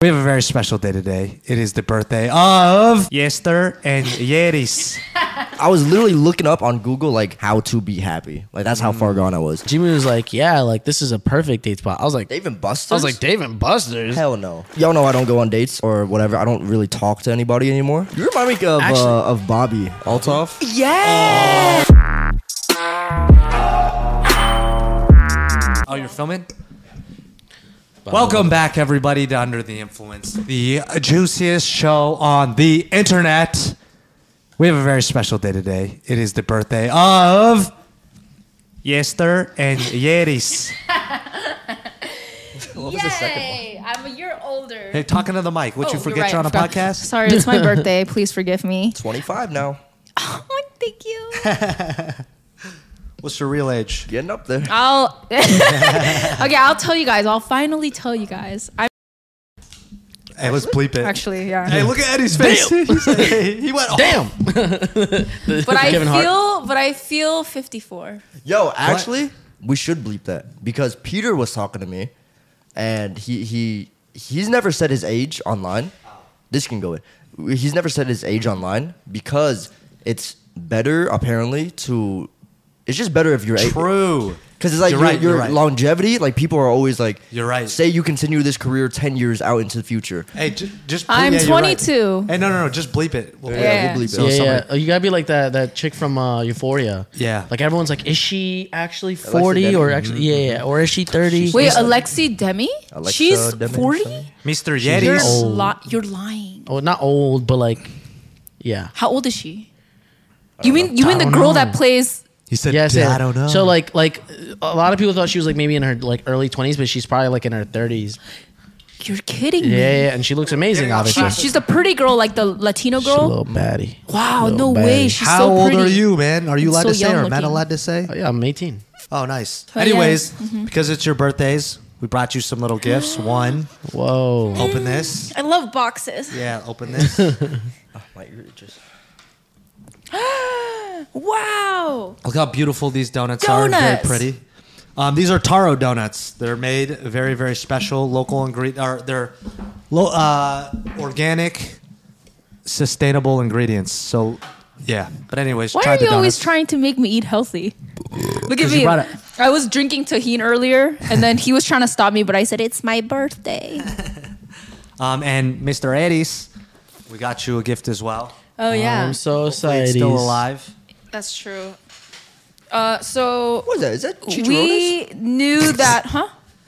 We have a very special day today. It is the birthday of Yester and Yeris. I was literally looking up on Google like how to be happy. Like that's how far gone I was. Mm. Jimmy was like, "Yeah, like this is a perfect date spot." I was like, Dave and Buster's. "I was like Dave and Buster's." hell no. Y'all know I don't go on dates or whatever. I don't really talk to anybody anymore. You remind me of Actually- uh, of Bobby Altoff. Oh, you're filming? Welcome back, everybody, to Under the Influence, the juiciest show on the internet. We have a very special day today. It is the birthday of Yester and Yeris. Yay! I'm a year older. Hey, talking to the mic. Would Oh, you you're forget right, you're on a I forgot. podcast? Sorry, it's my birthday. Please forgive me. Twenty five now. Oh, thank you. What's your real age? Getting up there. I'll okay. I'll tell you guys. I'll finally tell you guys. I Hey, let's bleep it. actually, yeah. Hey, look at Eddie's face. He's like, hey, he went. Damn. but I Kevin Hart. feel, but I feel 54. Yo, actually, we should bleep that because Peter was talking to me, and he he he's never said his age online. Oh. This can go in. He's never said his age online because it's better apparently to. It's just better if you're a- True. Because it's like You're your, right, your you're right. longevity, like people are always like, You're right. Say you continue this career ten years out into the future. Hey, j- just. Bleep. I'm yeah, you're right. 22. Hey, no, no, no. Just bleep it. We'll- Yeah. we'll bleep So yeah, it. somebody- yeah. Oh, You gotta be like that that chick from uh, Euphoria. Yeah. Like everyone's like, is she actually forty Denny. or actually yeah, yeah, or is she thirty? Wait, Alexi Demi? Alexa She's Demi, 40. something. Mr. You're, Yetis. old. li- you're lying. oh, not old, but like, yeah. How old is she? You mean you mean I the don't girl know. that plays? He said, Yes, "Yeah, yeah. I don't know. So like, like a lot of people thought she was like maybe in her like early twenties, but she's probably like in her thirties. You're kidding Yeah, me. yeah, yeah, and she looks amazing, obviously. She, she's a pretty girl, like the Latino She's a girl. little baddie. Wow, little no baddie. way. She's How so old pretty. are you, man? Are you allowed so to say? young Are men looking. allowed to say? Oh, yeah, I'm eighteen. Oh, nice. Oh, yeah. Anyways, because it's your birthdays, we brought you some little gifts. One, Whoa. open this. I love boxes. Yeah, open this. My ear just- Wow. Look how beautiful these donuts, are. Very Donuts. pretty. Um, these are taro donuts. They're made very, very special, local ingredient. Are they're lo- uh, organic, sustainable ingredients. So, yeah. But anyways, Why try are the you always donuts. trying to make me eat healthy? Look at you me. brought it. I was drinking tahine earlier, and then he was trying to stop me, but I said, It's my birthday. Um, and Mr. Eddie's, we got you a gift as well. Oh, yeah. I'm so Hopefully excited. it's still alive. That's true. Uh, so What is that? Is that chicharrones? we knew that, huh?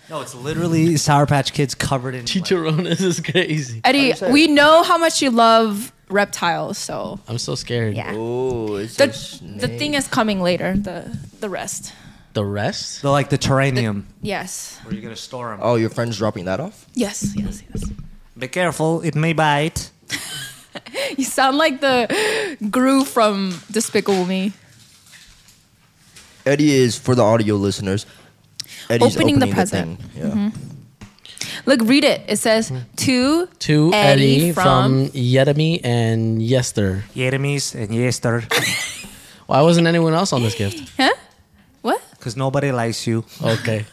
No, it's literally Sour Patch Kids covered in. like- Chicharrones is crazy. Eddie, we know how much you love reptiles, so I'm so scared. yeah. oh, it's The, a snake. the thing is coming later, the, the rest. The rest? They're like the terrarium Yes. where you're gonna store them. Oh, your friend's dropping that off. Yes, yes, yes. Be careful, it may bite. You sound like the Gru from Despicable Me. Eddie is for the audio listeners. Eddie's Opening opening, the the present. Mm-hmm. thing. Yeah. Look, read it. It says to Hmm. To Eddie, from, Yetami and Yester. Yeremis and Yester, Why wasn't anyone else on this gift? huh? What? because nobody likes you. Okay.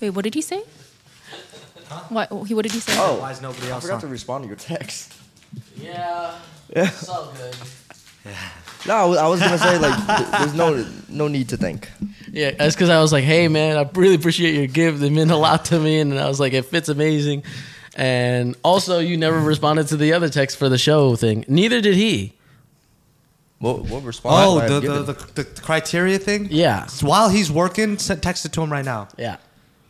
Wait, what did he say? What? He what did he say? Oh, Why is nobody I else? forgot to On? respond to your text. Yeah. It's all good. No, I was, I was gonna say like, th- there's no no need to think. Yeah, that's because I was like, hey, man, I really appreciate your gift. It meant a lot to me. And I was like, it fits amazing. And also, you never responded to the other text for the show thing. Neither did he. What what response? Oh, I the, have the, given? the, the criteria thing. Yeah. So while he's working, send, text it to him right now. Yeah.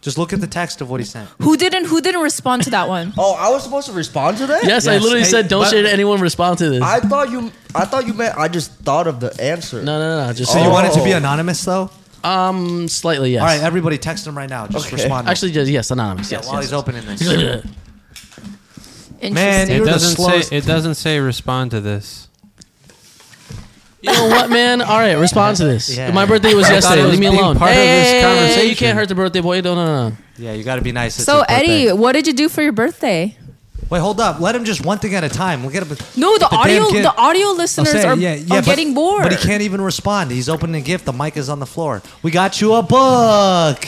Just look at the text of what he sent. Who didn't? Who didn't respond to that one? Oh, I was supposed to respond to that. Yes, I Yes. literally Hey, said, don't but- share to anyone respond to this. I thought you. I thought you meant. I just thought of the answer. no, no, no. Just So you want it to be Oh. anonymous though? Um, slightly, yes. All right, everybody, text him right now. Just Okay. respond. to him. Actually, just, yes, anonymous. yeah, yes, while yes, he's opening this. yes. Interesting. Man, It You're the doesn't slowest- say. It doesn't say respond to this. You know what, man? All right, respond to this. Yeah. My birthday was I thought yesterday. it was Leave me being alone. part of this conversation. you can't hurt the birthday boy. No, no, no. Yeah, you got to be nice. It's so his birthday. Eddie, what did you do for your birthday? wait, hold up. Let him just one thing at a time. We'll get him. No, the, But damn audio kid- the audio I'll listeners say, are, yeah, yeah, are but- getting bored. But he can't even respond. He's opening a gift. The mic is on the floor. We got you a book.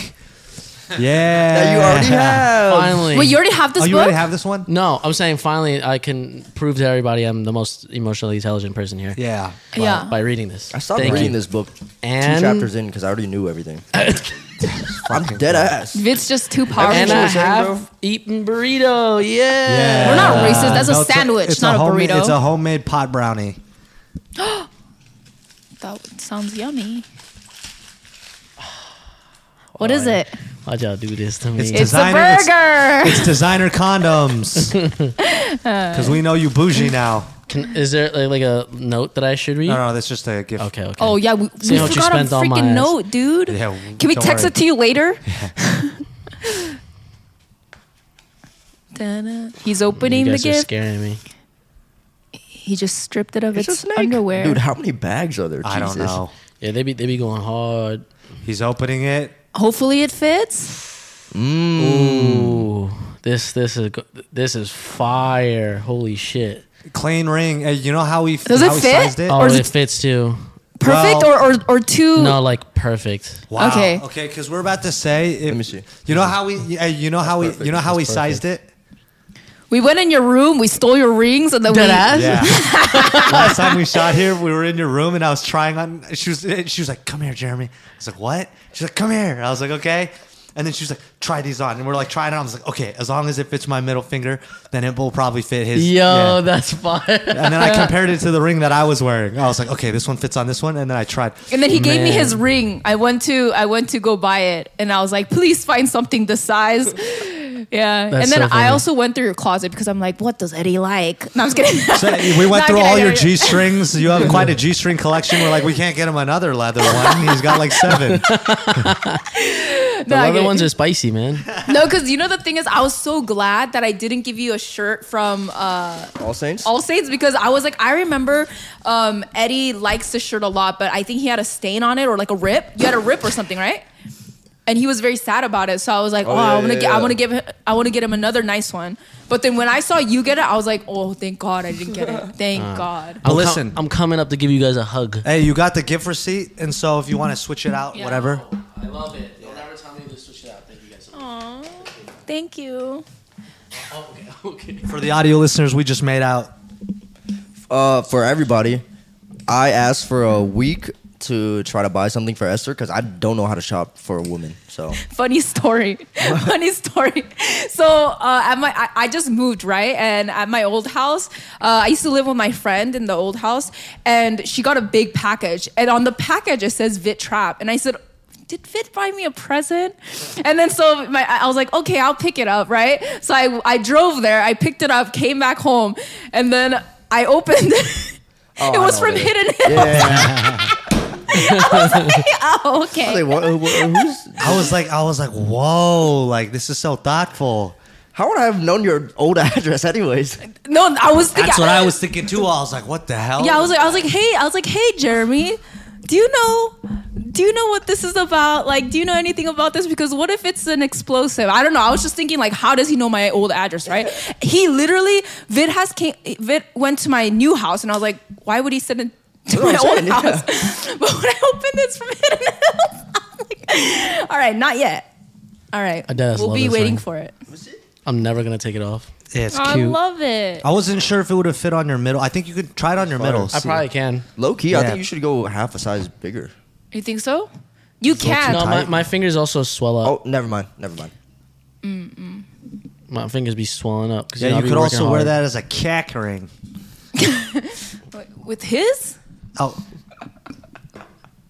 Yeah. that you already have. Finally. Wait, you already have this Oh, you book? already have this one? no, I'm saying finally I can prove to everybody I'm the most emotionally intelligent person here. Yeah. By, Yeah. by reading this. I stopped Thank reading you. this book And- two chapters in because I already knew everything. I'm dead ass. It's just too powerful. And What you I were saying, have bro? eaten burrito. Yeah. We're not racist. That's a sandwich, not a homemade- burrito. It's a homemade pot brownie. that sounds yummy. What is it? Why'd y'all do this to me? It's It's a Designer, it's- burger. It's designer condoms. Because we know you bougie now. Can, is there like, like a note that I should read? No, no, that's just a gift. Okay, okay. oh yeah, we, See we how much you forgot a spent on my freaking ass. note, dude. Yeah, Can we don't text worry. it to you later? Ta-da. He's opening you the guys are gift. scaring me. He just stripped it of its, It's a snake. underwear. Dude, how many bags are there? I don't Jesus. know. Yeah, they be they be going hard. He's opening it. Hopefully it fits. Ooh, this this is go- this is fire! Holy shit! Clean ring. Uh, you know how we Does it how we fit? sized it? Oh, Or is it, it- fits too. Perfect Well- or, or or too No, like perfect. Wow. Okay. Okay, because we're about to say. If, me see. You know how we. Uh, you know how we. You know how we sized it. We went in your room, we stole your rings and then we Dead ass? Yeah. Last time we shot here, we were in your room, and I was trying on. She was. eh, She was like, "Come here, Jeremy." I was like, "What?" She's like, "Come here." I was like, "Okay." And then she was like, "Try these on," and we're like, "Try it on." I was like, "Okay." As long as it fits my middle finger, then it will probably fit his. Yo, Yeah. that's fire. And then I compared it to the ring that I was wearing. I was like, "Okay, this one fits on this one," and then I tried. And then he gave me his Man. ring. I went to I went to go buy it, and I was like, "Please find something this size." Yeah, That's and so then funny. I also went through your closet because I'm like, "What does Eddie like?" No, I'm just kidding. So we went Not through kidding, all I your don't- G strings. You have quite a G string collection. We're like, we can't get him another leather one. He's got like seven. No, The I other get- ones are spicy, man. no, because you know the thing is, I was so glad that I didn't give you a shirt from uh, All Saints? All Saints because I was like, I remember um, Eddie likes the shirt a lot, but I think he had a stain on it or like a rip. You had a rip or something, right? And he was very sad about it. So I was like, oh, yeah, I want to yeah, get, I yeah. want to give, him- I want to get him another nice one. But then when I saw you get it, I was like, oh, thank God I didn't get it. Thank Uh. God. But I'm com- listen. I'm coming up to give you guys a hug. Hey, you got the gift receipt, and so if you want to switch it out, Yeah. whatever. I love it. Don't ever tell me to switch it out. Thank you guys. Aw, thank you. Oh, okay, okay. For the audio listeners, we just made out. Uh, for everybody, I asked for a week to try to buy something for Esther because I don't know how to shop for a woman. So funny story funny story so uh, at my I, I just moved right and at my old house uh, i used to live with my friend in the old house and she got a big package and on the package it says vit trap and i said did Vit buy me a present? And then so my, I I was like, okay, I'll pick it up, right? So I, I drove there, I picked it up, came back home, and then I opened it. it Oh, I was know from it. Hidden Hill. yeah, Oh, okay. like, what, uh, what- who's- I was like, I was like, whoa, like this is so thoughtful. how would I have known your old address, anyways? no, I was thinking. That's what I was thinking too. I was like, what the hell? Yeah, I was like, I was like, hey, I was like, hey, Jeremy, do you know, do you know what this is about? Like, do you know anything about this? Because what if it's an explosive? I don't know. I was just thinking, like, how does he know my old address, right? he literally, Vid has came, Vid went to my new house, and I was like, why would he send it to That's my what old I'm saying, yeah. house? but when I opened this from Hidden Hills, I'm like, all right, not yet. All right, I dead ass we'll love be this waiting ring. for it. I'm never gonna take it off. Yeah, it's I cute. love it. I wasn't sure if it would have fit on your middle. I think you could try it on your middle. I probably can. Low key, I Yeah. think you should go half a size bigger. You think so? You can. No, my, tight. my fingers also swell up. Oh, never mind, never mind. My fingers be swelling up. 'cause, yeah, know, I you be could working also wear hard. that as a cack ring. With his? Oh,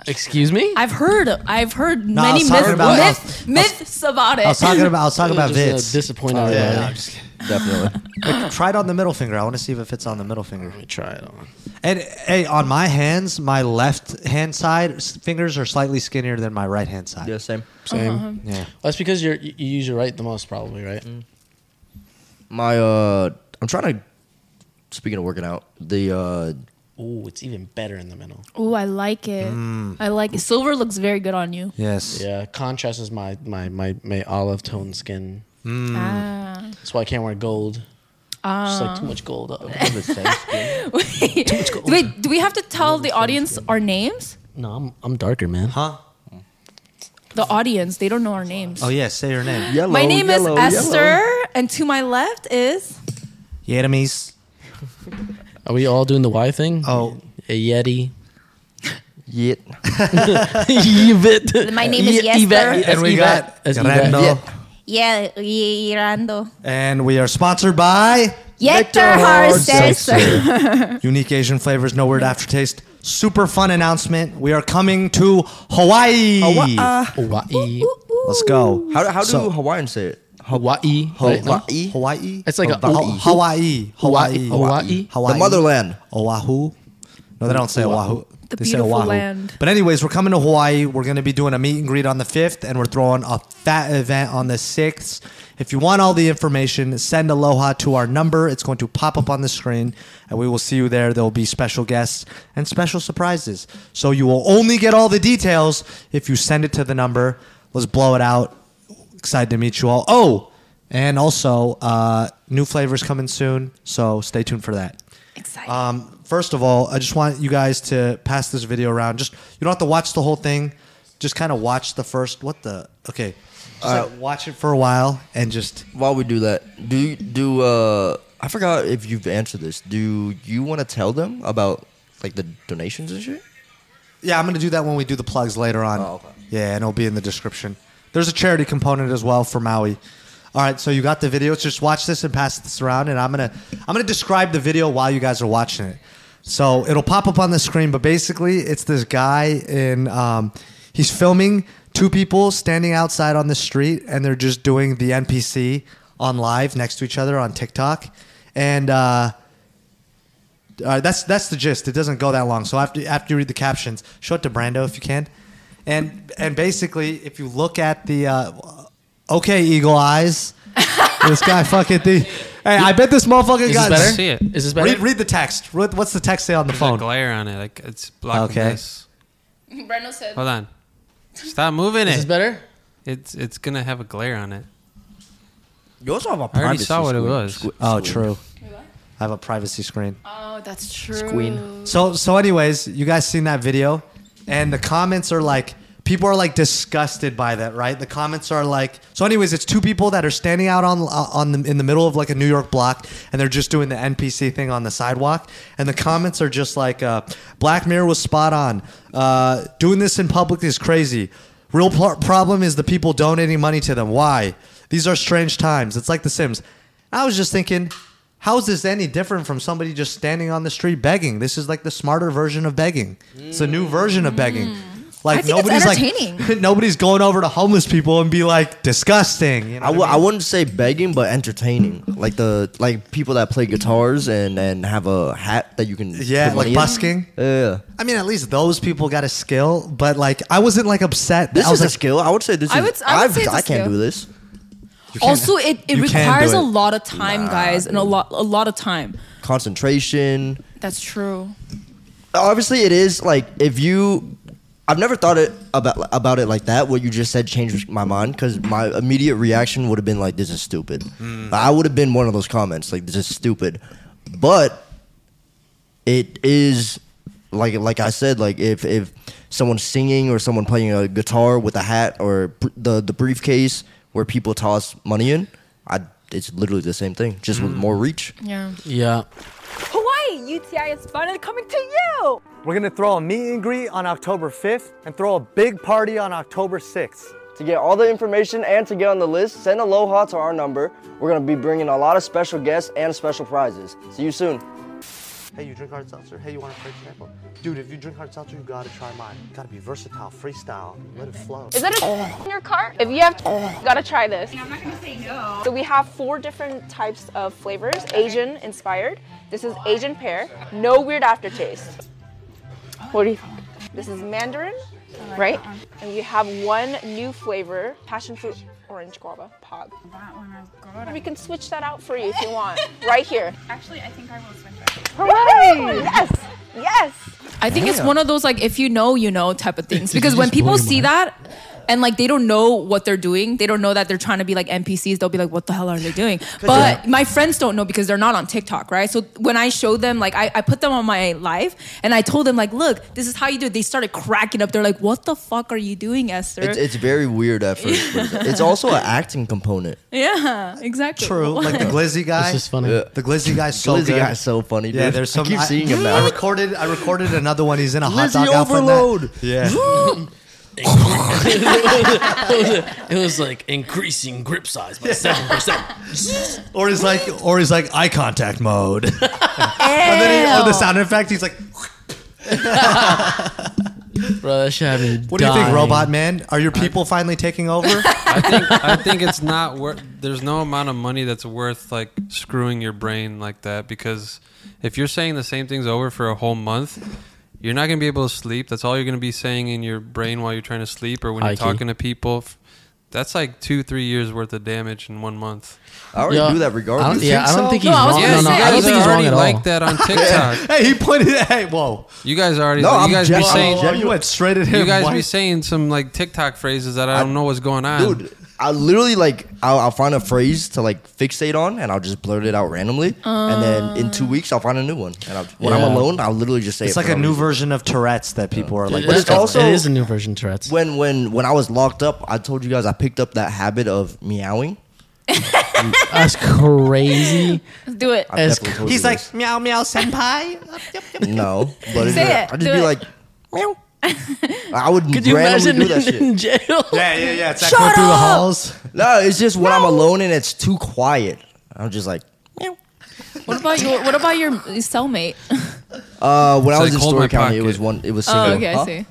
Excuse me. I've heard I've heard I many was myth, talking about- I myth, myths about it. I was talking about. I was talking about Just, uh, this. disappoint Oh, yeah, everybody. Yeah, no, I'm just kidding. Definitely. Like, try it on the middle finger. I want to see if it fits on the middle finger. Let me try it on. And hey, on my hands, my left hand side s- fingers are slightly skinnier than my right hand side. yeah, same. Same. Yeah. That's because you're, you you use your right the most, probably, right? My uh, I'm trying to. Speaking of working out, the uh, Ooh, it's even better in the middle. Oh, I like it. Mm. I like it. Silver looks very good on you. Yes. Yeah, contrast is my my my, my olive tone skin. Mm. Ah. That's why I can't wear gold. Ah. Just Um. like too much gold. Up. the same skin. Wait, wait, do we have to tell the audience our names? no, I'm I'm darker, man. Huh? the audience, they don't know our names. Oh yeah, say your name. Yellow, My name yellow, is Esther, yellow. and to my left is Vietnamese. Are we all doing the Y thing? Oh, A Yeti. Yet. Yvette. My name is Ye- Yester. Yvette. and we got That's Yvette. Rando. Yet. yeah, Yerando. and we are sponsored by Oh, Yester Harselser. Unique Asian Flavors, No Word Aftertaste. Super fun announcement. We are coming to Hawaii. Hawaii. uh, Hawaii. Let's go. How, how do So- Hawaiians say it? Hawaii. Right? No? Hawaii. Hawaii. It's like a Hawaii. Hawaii. Hawaii. Hawaii. Hawaii. Hawaii. Hawaii. The motherland. Oahu. No, they don't say Oahu. The they say beautiful Oahu. land. But anyways, we're coming to Hawaii. We're going to be doing a meet and greet on the 5th, and we're throwing a fat event on the 6th. If you want all the information, send Aloha to our number. It's going to pop up on the screen, and we will see you there. There will be special guests and special surprises. So you will only get all the details if you send it to the number. Let's blow it out. Excited to meet you all. Oh, and also uh, new flavors coming soon, so stay tuned for that. Exciting. Um, first of all, I just want you guys to pass this video around. Just you don't have to watch the whole thing. Just kind of watch the first. What the? Okay, just like watch it for a while and just. While we do that, do do uh I forgot if you've answered this. Do you want to tell them about like the donations and shit? Yeah, I'm gonna do that when we do the plugs later on. Oh, okay. Yeah, and it'll be in the description. There's a charity component as well for Maui. All right, so you got the video. So just watch this and pass this around, and I'm gonna I'm gonna describe the video while you guys are watching it. So it'll pop up on the screen, but basically it's this guy in um, he's filming two people standing outside on the street, and they're just doing the NPC on live next to each other on TikTok, and. Uh, uh, that's that's the gist. It doesn't go that long. So after after you read the captions, show it to Brando if you can. And and basically, if you look at the uh, okay, eagle eyes, this guy fucking the. Hey, I bet this motherfucker Is got. this better? see it. Is this better? Read, read the text. Read- What's the text say on the There's a phone? glare on it. Like it's blocking Okay. this. Breno said, Hold on. Stop moving Is this it. better? It's it's gonna have a glare on it. You also have a I already saw what it was. Oh, true. I have a privacy screen. "Oh, that's true." Squeen. So so anyways, you guys seen that video and the comments are like people are like disgusted by that, right? The comments are like So anyways, it's two people that are standing out on uh, on the, in the middle of like a New York block and they're just doing the NPC thing on the sidewalk and the comments are just like uh, Black Mirror was spot on. Uh, doing this in public is crazy. Real pro- problem is the people donating money to them. Why? These are strange times. It's like The Sims. I was just thinking, how is this any different from somebody just standing on the street begging? This is like the smarter version of begging. It's a new version of begging. Like Mm. I think it's nobody's like entertaining. nobody's going over to homeless people and be like disgusting. You know I, w- what I I mean? wouldn't say begging, but entertaining. Like the like people that play guitars and and have a hat that you can yeah, like put money in. busking. Yeah, I mean, at least those people got a skill. But like, I wasn't like upset. this I was is a like, skill. I would say this. I is, would- I would I've- say it's a I can't skill. do this. Also, it, you can it do requires it. a lot of time, guys, and a lot a lot of time. Concentration. That's true. obviously it is like if you i've never thought it about about it like that what you just said changed my mind because my immediate reaction would have been like this is stupid i would have been one of those comments like this is stupid but it is like like i said like if if someone's singing or someone playing a guitar with a hat or br- the the briefcase where people toss money in i it's literally the same thing just with more reach Yeah. Yeah. Hawaii, UTI is finally coming to you! We're gonna throw a meet and greet on October 5th and throw a big party on October 6th. To get all the information and to get on the list, send aloha to our number. We're going to be bringing a lot of special guests and special prizes. See you soon. Hey, you drink hard seltzer? Hey, you want a fruit sample? Dude, if you drink hard seltzer, you gotta try mine. Gotta be versatile, freestyle, let it flow. Is that a in your car? If you have, you gotta try this. I'm not gonna say no. So we have four different types of flavors, Asian inspired. This is Asian pear, no weird aftertaste. What do you think? This is Mandarin, right? And you have one new flavor, passion fruit orange guava pog. That one is good. We can switch that out for you if you want, right here. Actually, I think I will switch it. Hooray! Yes, yes. I think it's one of those like if you know, you know type of things. Because when people see that, and like they don't know what they're doing. They don't know that they're trying to be like NPCs. They'll be like, "What the hell are they doing?" But my friends don't know because they're not on TikTok, right? So when I show them, like I, I put them on my live and I told them, like, "Look, this is how you do." it. They started cracking up. They're like, "What the fuck are you doing, Esther?" It's, it's very weird at first. but it's- It's also an acting component. yeah, exactly. True. Like the glizzy guy. This is funny. Yeah. The glizzy guy's so Glizzy good. guy's so funny, dude. Yeah, there's some. I keep seeing him I now. recorded. I recorded another one. He's in a hot Glizzy dog outfit. and that- overload. Yeah. It was like increasing grip size by seven percent. or he's like, or he's like eye contact mode. and then he, or the sound effect. He's like, Bro, that shit had me "What do you think, Robot Man? Are your people finally taking over?" I think I think it's not worth. There's no amount of money that's worth like screwing your brain like that because if you're saying the same things over for a whole month, you're not gonna be able to sleep. That's all you're gonna be saying in your brain while you're trying to sleep or when you're High key. talking to people. F- That's like two three years worth of damage in one month. I already do that regardless. I don't, yeah, I don't think No, he's I was wrong. Uh, No, gonna Yeah, you no, say- I don't guys think are he's wrong already at all. like that on TikTok. hey, he pointed. Hey, whoa. You guys already. No, you I'm guys be just- saying. Oh, you went straight at him. You guys Why- be saying some like TikTok phrases that I don't know what's going on. dude. I literally like I'll, I'll find a phrase to like fixate on, and I'll just blurt it out randomly, and then in two weeks I'll find a new one. And I'll, when Yeah. I'm alone, I'll literally just say Uh. It's it like for a no new reason. version of Tourette's that people are like. But it's also- it is a new version of Tourette's. When when when I was locked up, I told you guys I picked up that habit of meowing. That's crazy. Do it. I As definitely told He's you like this. meow meow senpai. no, but it's Say like- it, I do just be it. like meow. I would Could you randomly imagine do that in, shit. in jail? yeah, yeah, yeah. It's Shut echoing through the up! halls. No, it's just when I'm alone and it's too quiet. I'm just like. meow. What about your What about your cellmate? Uh, when I was It's like, in hold my Story County, it pocket. was one. It was single. Oh, okay, Huh? I see.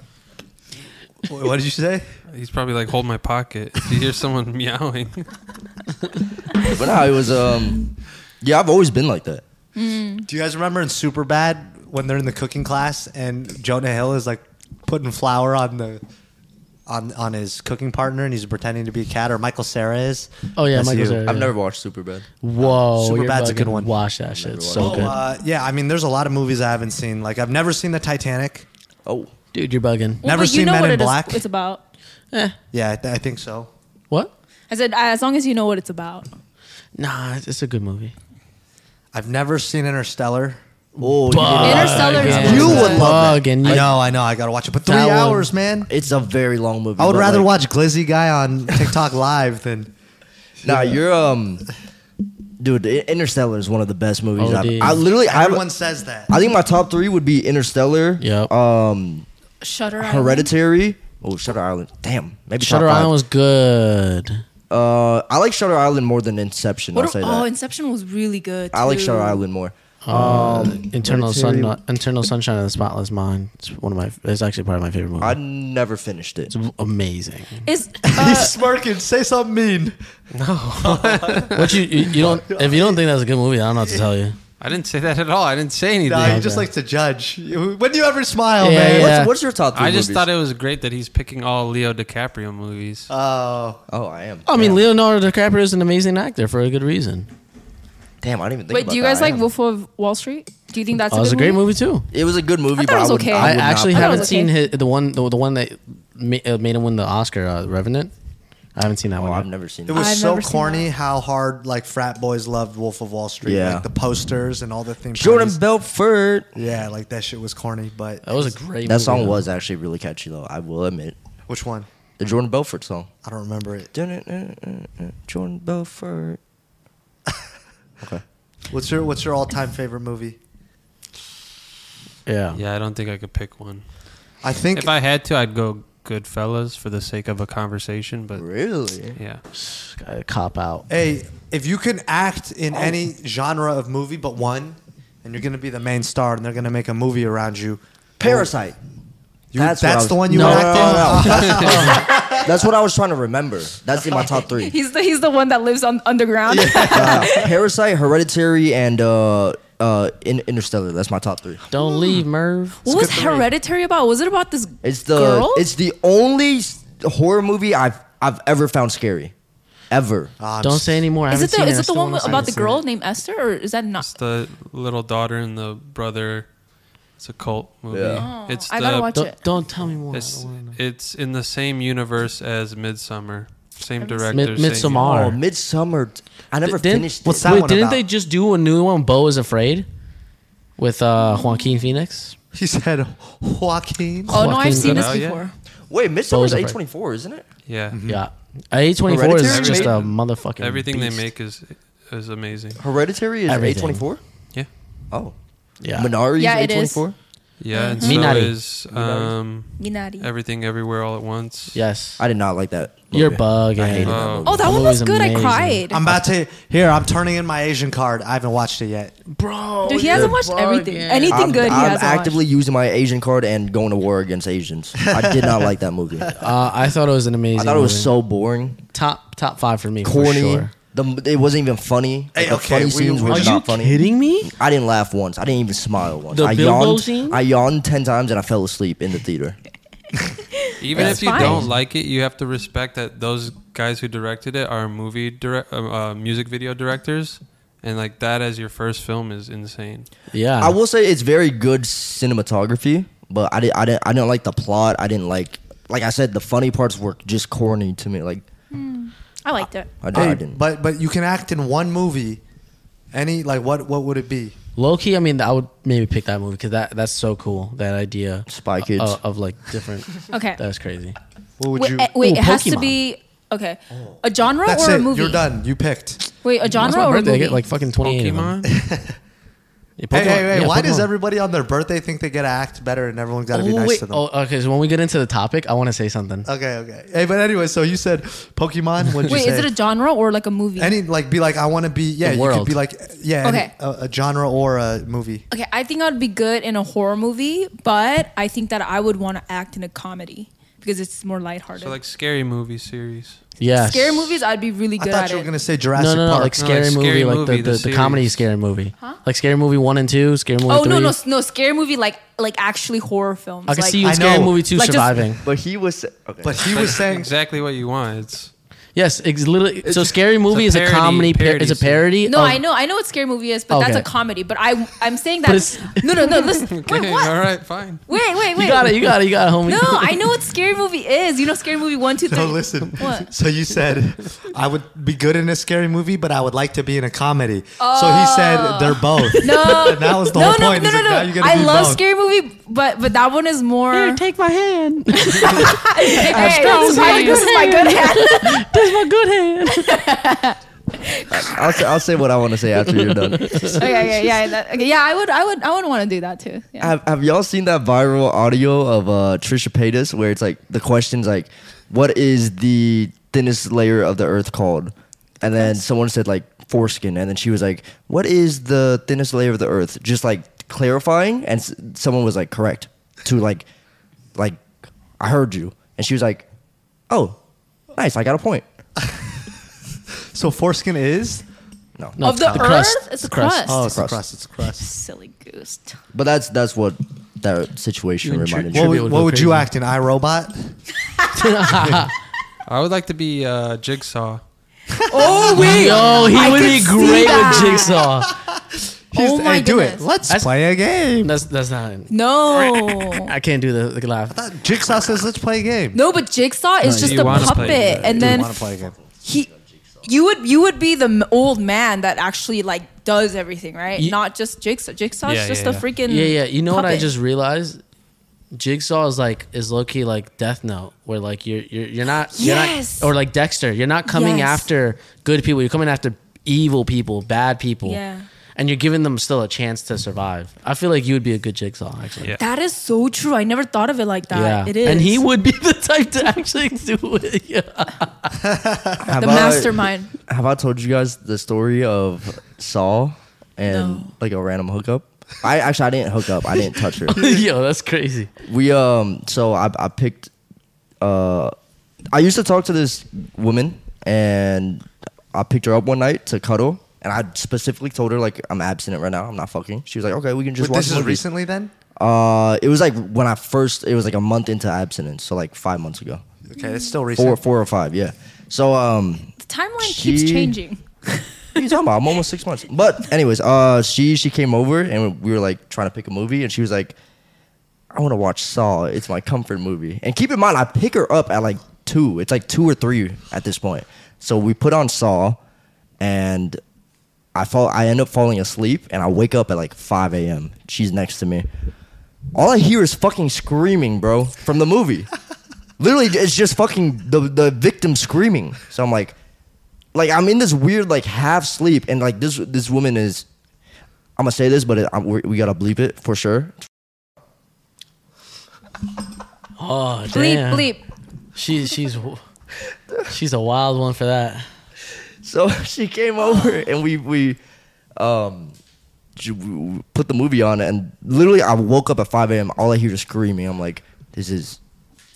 What did you say? He's probably like, hold my pocket. If you hear someone meowing, But no, it was um. Yeah, I've always been like that. Do you guys remember in Superbad when they're in the cooking class and Jonah Hill is like putting flour on the on on his cooking partner and he's pretending to be a cat or Michael Sarah is? Oh yeah, That's Michael's you. there. I've never watched Superbad. Superbad's Whoa, you're a fucking good one. Watch that shit. It's so Oh, good, uh, yeah, I mean, there's a lot of movies I haven't seen. Like I've never seen the Titanic. Oh, dude. You're bugging. Never but seen Men what in it is- Black? it's about. Yeah, I, th- I think so. What? I said, as long as you know what it's about. Nah, it's, it's a good movie. I've never seen Interstellar. oh, you didn't- Interstellar is You good. would love that. Bugging. I know, I know. I gotta watch it, but three That one- hours, man. it's a very long movie. I would but, rather like, watch Glizzy guy on TikTok live than Nah, you're um, dude. I- Interstellar is one of the best movies. Oh, I've, dude. I literally, I, everyone says that. I think my top three would be Interstellar. Yep. Um, Shutter Hereditary. Oh, Shutter Island. Damn, maybe Shutter top five. Island was good. Uh, I like Shutter Island more than Inception. I'll What say a- oh, that. Inception was really good. I like too. Shutter Island more. Um, Internal Hereditary- Sun, Internal Sunshine of the Spotless Mind. It's one of my. It's actually probably my favorite movie. I never finished it. it's amazing. Is uh, smirking. Say something mean. What you, you you don't if you don't think that's a good movie, I don't know what to tell you. I didn't say that at all. I didn't say anything. No, he just likes to judge. When do you ever smile, Yeah, man? yeah. What's, what's your top three? I just movies? thought it was great that he's picking all Leo DiCaprio movies. Oh, Oh, I am. I Damn. mean, Leonardo DiCaprio is an amazing actor for a good reason. Damn, I didn't even think. wait, about do you guys that. I like am. Wolf of Wall Street? Do you think that's Oh, it was a great movie too. Oh, It was a good movie, I but thought it was I would, okay. I I, would not actually put thought it haven't was seen okay. his, the one the, the one that ma- uh, made him win the Oscar, uh, Revenant. I haven't seen that Oh, one. I've yet. never seen it it. was I've so never seen corny how hard like frat boys loved Wolf of Wall Street. Yeah. like the posters and all the things. Jordan Belfort. Yeah, like that shit was corny. But That was a great. That movie, song though. was actually really catchy, though. I will admit. which one? The Jordan Belfort song. I don't remember it. Jordan Belfort. What's your What's your all time favorite movie? Yeah. yeah, I don't think I could pick one. I think If I had to, I'd go Goodfellas for the sake of a conversation. But Oh. Really? yeah, Uh, cop out. Hey, if you can act Oh. in any genre of movie but one, and you're gonna be the main star, and they're gonna make a movie around you, Parasite. you that's, That's what I was- the one you No, would no, act in. Oh, That's what I was trying to remember. That's in my top three. He's the he's the one that lives on underground. Uh, Parasite, Hereditary, and uh, uh, in- Interstellar. That's my top three. Don't leave, Merv. what was Hereditary about? Was it about this It's the girl? it's the only s- horror movie I've I've ever found scary, ever. Ah, I'm Don't s- say anymore. I is it haven't the seen I is it the still one wanna with- see about it. the girl named Esther or is that not? it's the little daughter and the brother. It's a cult movie. Yeah. It's Oh, I gotta the- watch it. Don't, don't tell me more. I It's, don't wanna know. it's in the same universe as Midsummer. Same director. Mi- same- Midsommar. Oh, Midsummer. I never Didn't- finished. What's it. that Wait, one didn't about? they just do a new one? Bo is afraid with uh, Joaquin Phoenix. He said Joaquin. Oh no, I've Fucking seen good. this Oh, yeah. before. Wait, Midsummer's Bojack. eight twenty four, isn't it? Yeah. Yeah, A twenty four is Hereditary? just a motherfucking. Everything beast. they make is is amazing. Hereditary is eight Everything. twenty four. Yeah. Oh, Yeah, Minari Yeah, is eight it twenty is. four. Yeah, and Minari. so is um, Minari. Everything Everywhere All at Once. yes. I did not like that. You're movie. bugging. I hated that Oh. movie. Oh, that one Blue is was good. I amazing. cried. I'm about to here. I'm turning in my Asian card. I haven't watched it yet. bro. Dude, he hasn't watched everything. Anything I'm, good, he I'm hasn't actively using my Asian card and going to war against Asians. I did not like that movie. I Uh, I thought it was an amazing. thought it was movie. so boring, top top five for me. corny. For sure. The, it wasn't even funny. Like, Hey, the okay, funny we- scenes were Are not you funny. Kidding me? I didn't laugh once. I didn't even smile once. The I Bilbo yawned. scene? I yawned ten times and I fell asleep in the theater. Even That's if you fine. don't like it, you have to respect that those guys who directed it are movie direct, uh, uh, music video directors, and like that as your first film is insane. Yeah. I will say it's very good cinematography, but I didn't. I didn't. I didn't like the plot. I didn't like. Like I said, the funny parts were just corny to me. Like I liked it. I, Hey, I didn't. but but you can act in one movie. Any like what what would it be? Low key, I mean, I would maybe pick that movie because that that's so cool. That idea. Spy Kids. o- of, like different. Okay. That's crazy. What would Wait, you? eh, wait, Ooh, it has to Pokemon. be okay. A genre that's or it. a movie? You're done. You picked. Wait, a That's genre my or a birthday. I movie? get like fucking twenty eight. Pokemon. Yeah, Hey, Pokemon- hey, hey! yeah, why does Pokemon. everybody on their birthday think they get to act better and everyone's got to be Oh, nice wait. to them? Oh, okay. So when we get into the topic, I want to say Uh, something. Okay, okay. Hey, but anyway, so you said Pokemon. What'd you wait, say? is it a genre or like a movie? any like be like I want to be yeah The you could world. be like yeah any- Okay. a, a genre or a movie okay, I think I'd be good in a horror movie, but I think that I would want to act in a comedy because it's more lighthearted. So like scary movie series. Yeah. Scary movies, I'd be really I good thought at you were it. gonna say Jurassic No, no, no. Park Like No, scary like movie, Scary like Movie, the, the, the the, comedy series. scary movie. Like scary movie one and two, scary movie oh three. no, no, no! Scary movie, like like actually horror films. I can like, see you I in scary know. movie two Like, just- surviving. But he was. Okay. but he was saying exactly what you want. It's Yes, it's literally. so scary movie is parody- a comedy. par- parody is a scene. parody. No, of- I know, I know what scary movie is, but that's oh. Okay. a comedy. But I, I'm saying But that. it's- No, no, no. Listen, wait, okay, what? all right, fine. Wait, wait, wait. You got it. You got it. You got it, homie. No, I know what scary movie is. You know, scary movie one, two, three. no listen What? so you said I would be good in a scary movie but I would like to be in a comedy so he said they're both Oh. No. and that was the no, whole no, point no, He's no, like, now no. you gotta I be love both. scary movie, but but that one is more. Here, take my hand. That's Hey, hey, this, is my, this is my good hand. my good hand. I'll say, I'll say what I want to say after you're done. okay, okay, yeah, that, okay, yeah. I would, I would, I would want to do that too. Yeah. Have, have y'all seen that viral audio of uh, Trisha Paytas where it's like the question's like, what is the thinnest layer of the earth called? And then someone said like foreskin, and then she was like, what is the thinnest layer of the earth? Just like clarifying, and s- someone was like, correct. To like, like, I heard you, and she was like, oh, nice, I got a point. so foreskin is No, of the, it's earth, crust. it's a the crust. crust. oh it's a crust. crust it's a crust Silly goose. But that's that's what that situation You intru- reminded me. what of. be would, able to what go would you crazy. act in iRobot I would like to be uh, Jigsaw. Oh wait, Yo, he I would could be see great that. with Jigsaw. oh my hey, do it goodness. let's That's- play a game That's that's not. No, I can't do the, the laugh. Jigsaw says let's play a game no, but Jigsaw is just you a wanna play puppet, it. and Do you then want to play a game he, you would, you would be the m- old man that actually like does everything, right? Ye- Not just Jigsaw. Jigsaw Yeah, is just yeah, a yeah. freaking Yeah, yeah. You know what I puppet. just realized? Jigsaw is like is low key like Death Note, where like you're you're you're not you're Yes. not or like Dexter, you're not coming Yes. after good people, you're coming after evil people, bad people. Yeah. And you're giving them still a chance to survive. I feel like you would be a good jigsaw, actually. Yeah. That is so true. I never thought of it like that. Uh, It is. And he would be the type to actually do it. Yeah. Have the I- mastermind. Have I told you guys the story of Saul and No. like a random hookup? I actually I didn't hook up. I didn't touch her. Yo, that's crazy. We um so I I picked uh I used to talk to this woman and I picked her up one night to cuddle and I specifically told her like I'm abstinent right now. I'm not fucking. She was like, "Okay, we can just Wait, watch this is movies." recently then Uh it was like when I first it was like a month into abstinence, so like 5 months ago. okay it's still recent 4 4 or 5, yeah. So um The timeline She- keeps changing. What are you talking about? I'm almost six months. But anyways, uh, she she came over and we were like trying to pick a movie, and she was like, I want to watch Saw. It's my comfort movie. And keep in mind, I pick her up at like two. It's like two or three at this point. So we put on Saw, and I fall. I end up falling asleep, and I wake up at like five a.m. She's next to me. All I hear is fucking screaming, bro, from the movie. Literally, it's just fucking the the victim screaming. So I'm like, like I'm in this weird like half sleep, and like this this woman is. I'm gonna say this, but it, I, we we gotta bleep it for sure. Oh, Bleep, damn. bleep. She, she's she's a wild one for that. So she came over and we we um j- we put the movie on and literally I woke up at 5 a.m. All I hear is screaming. I'm like, this is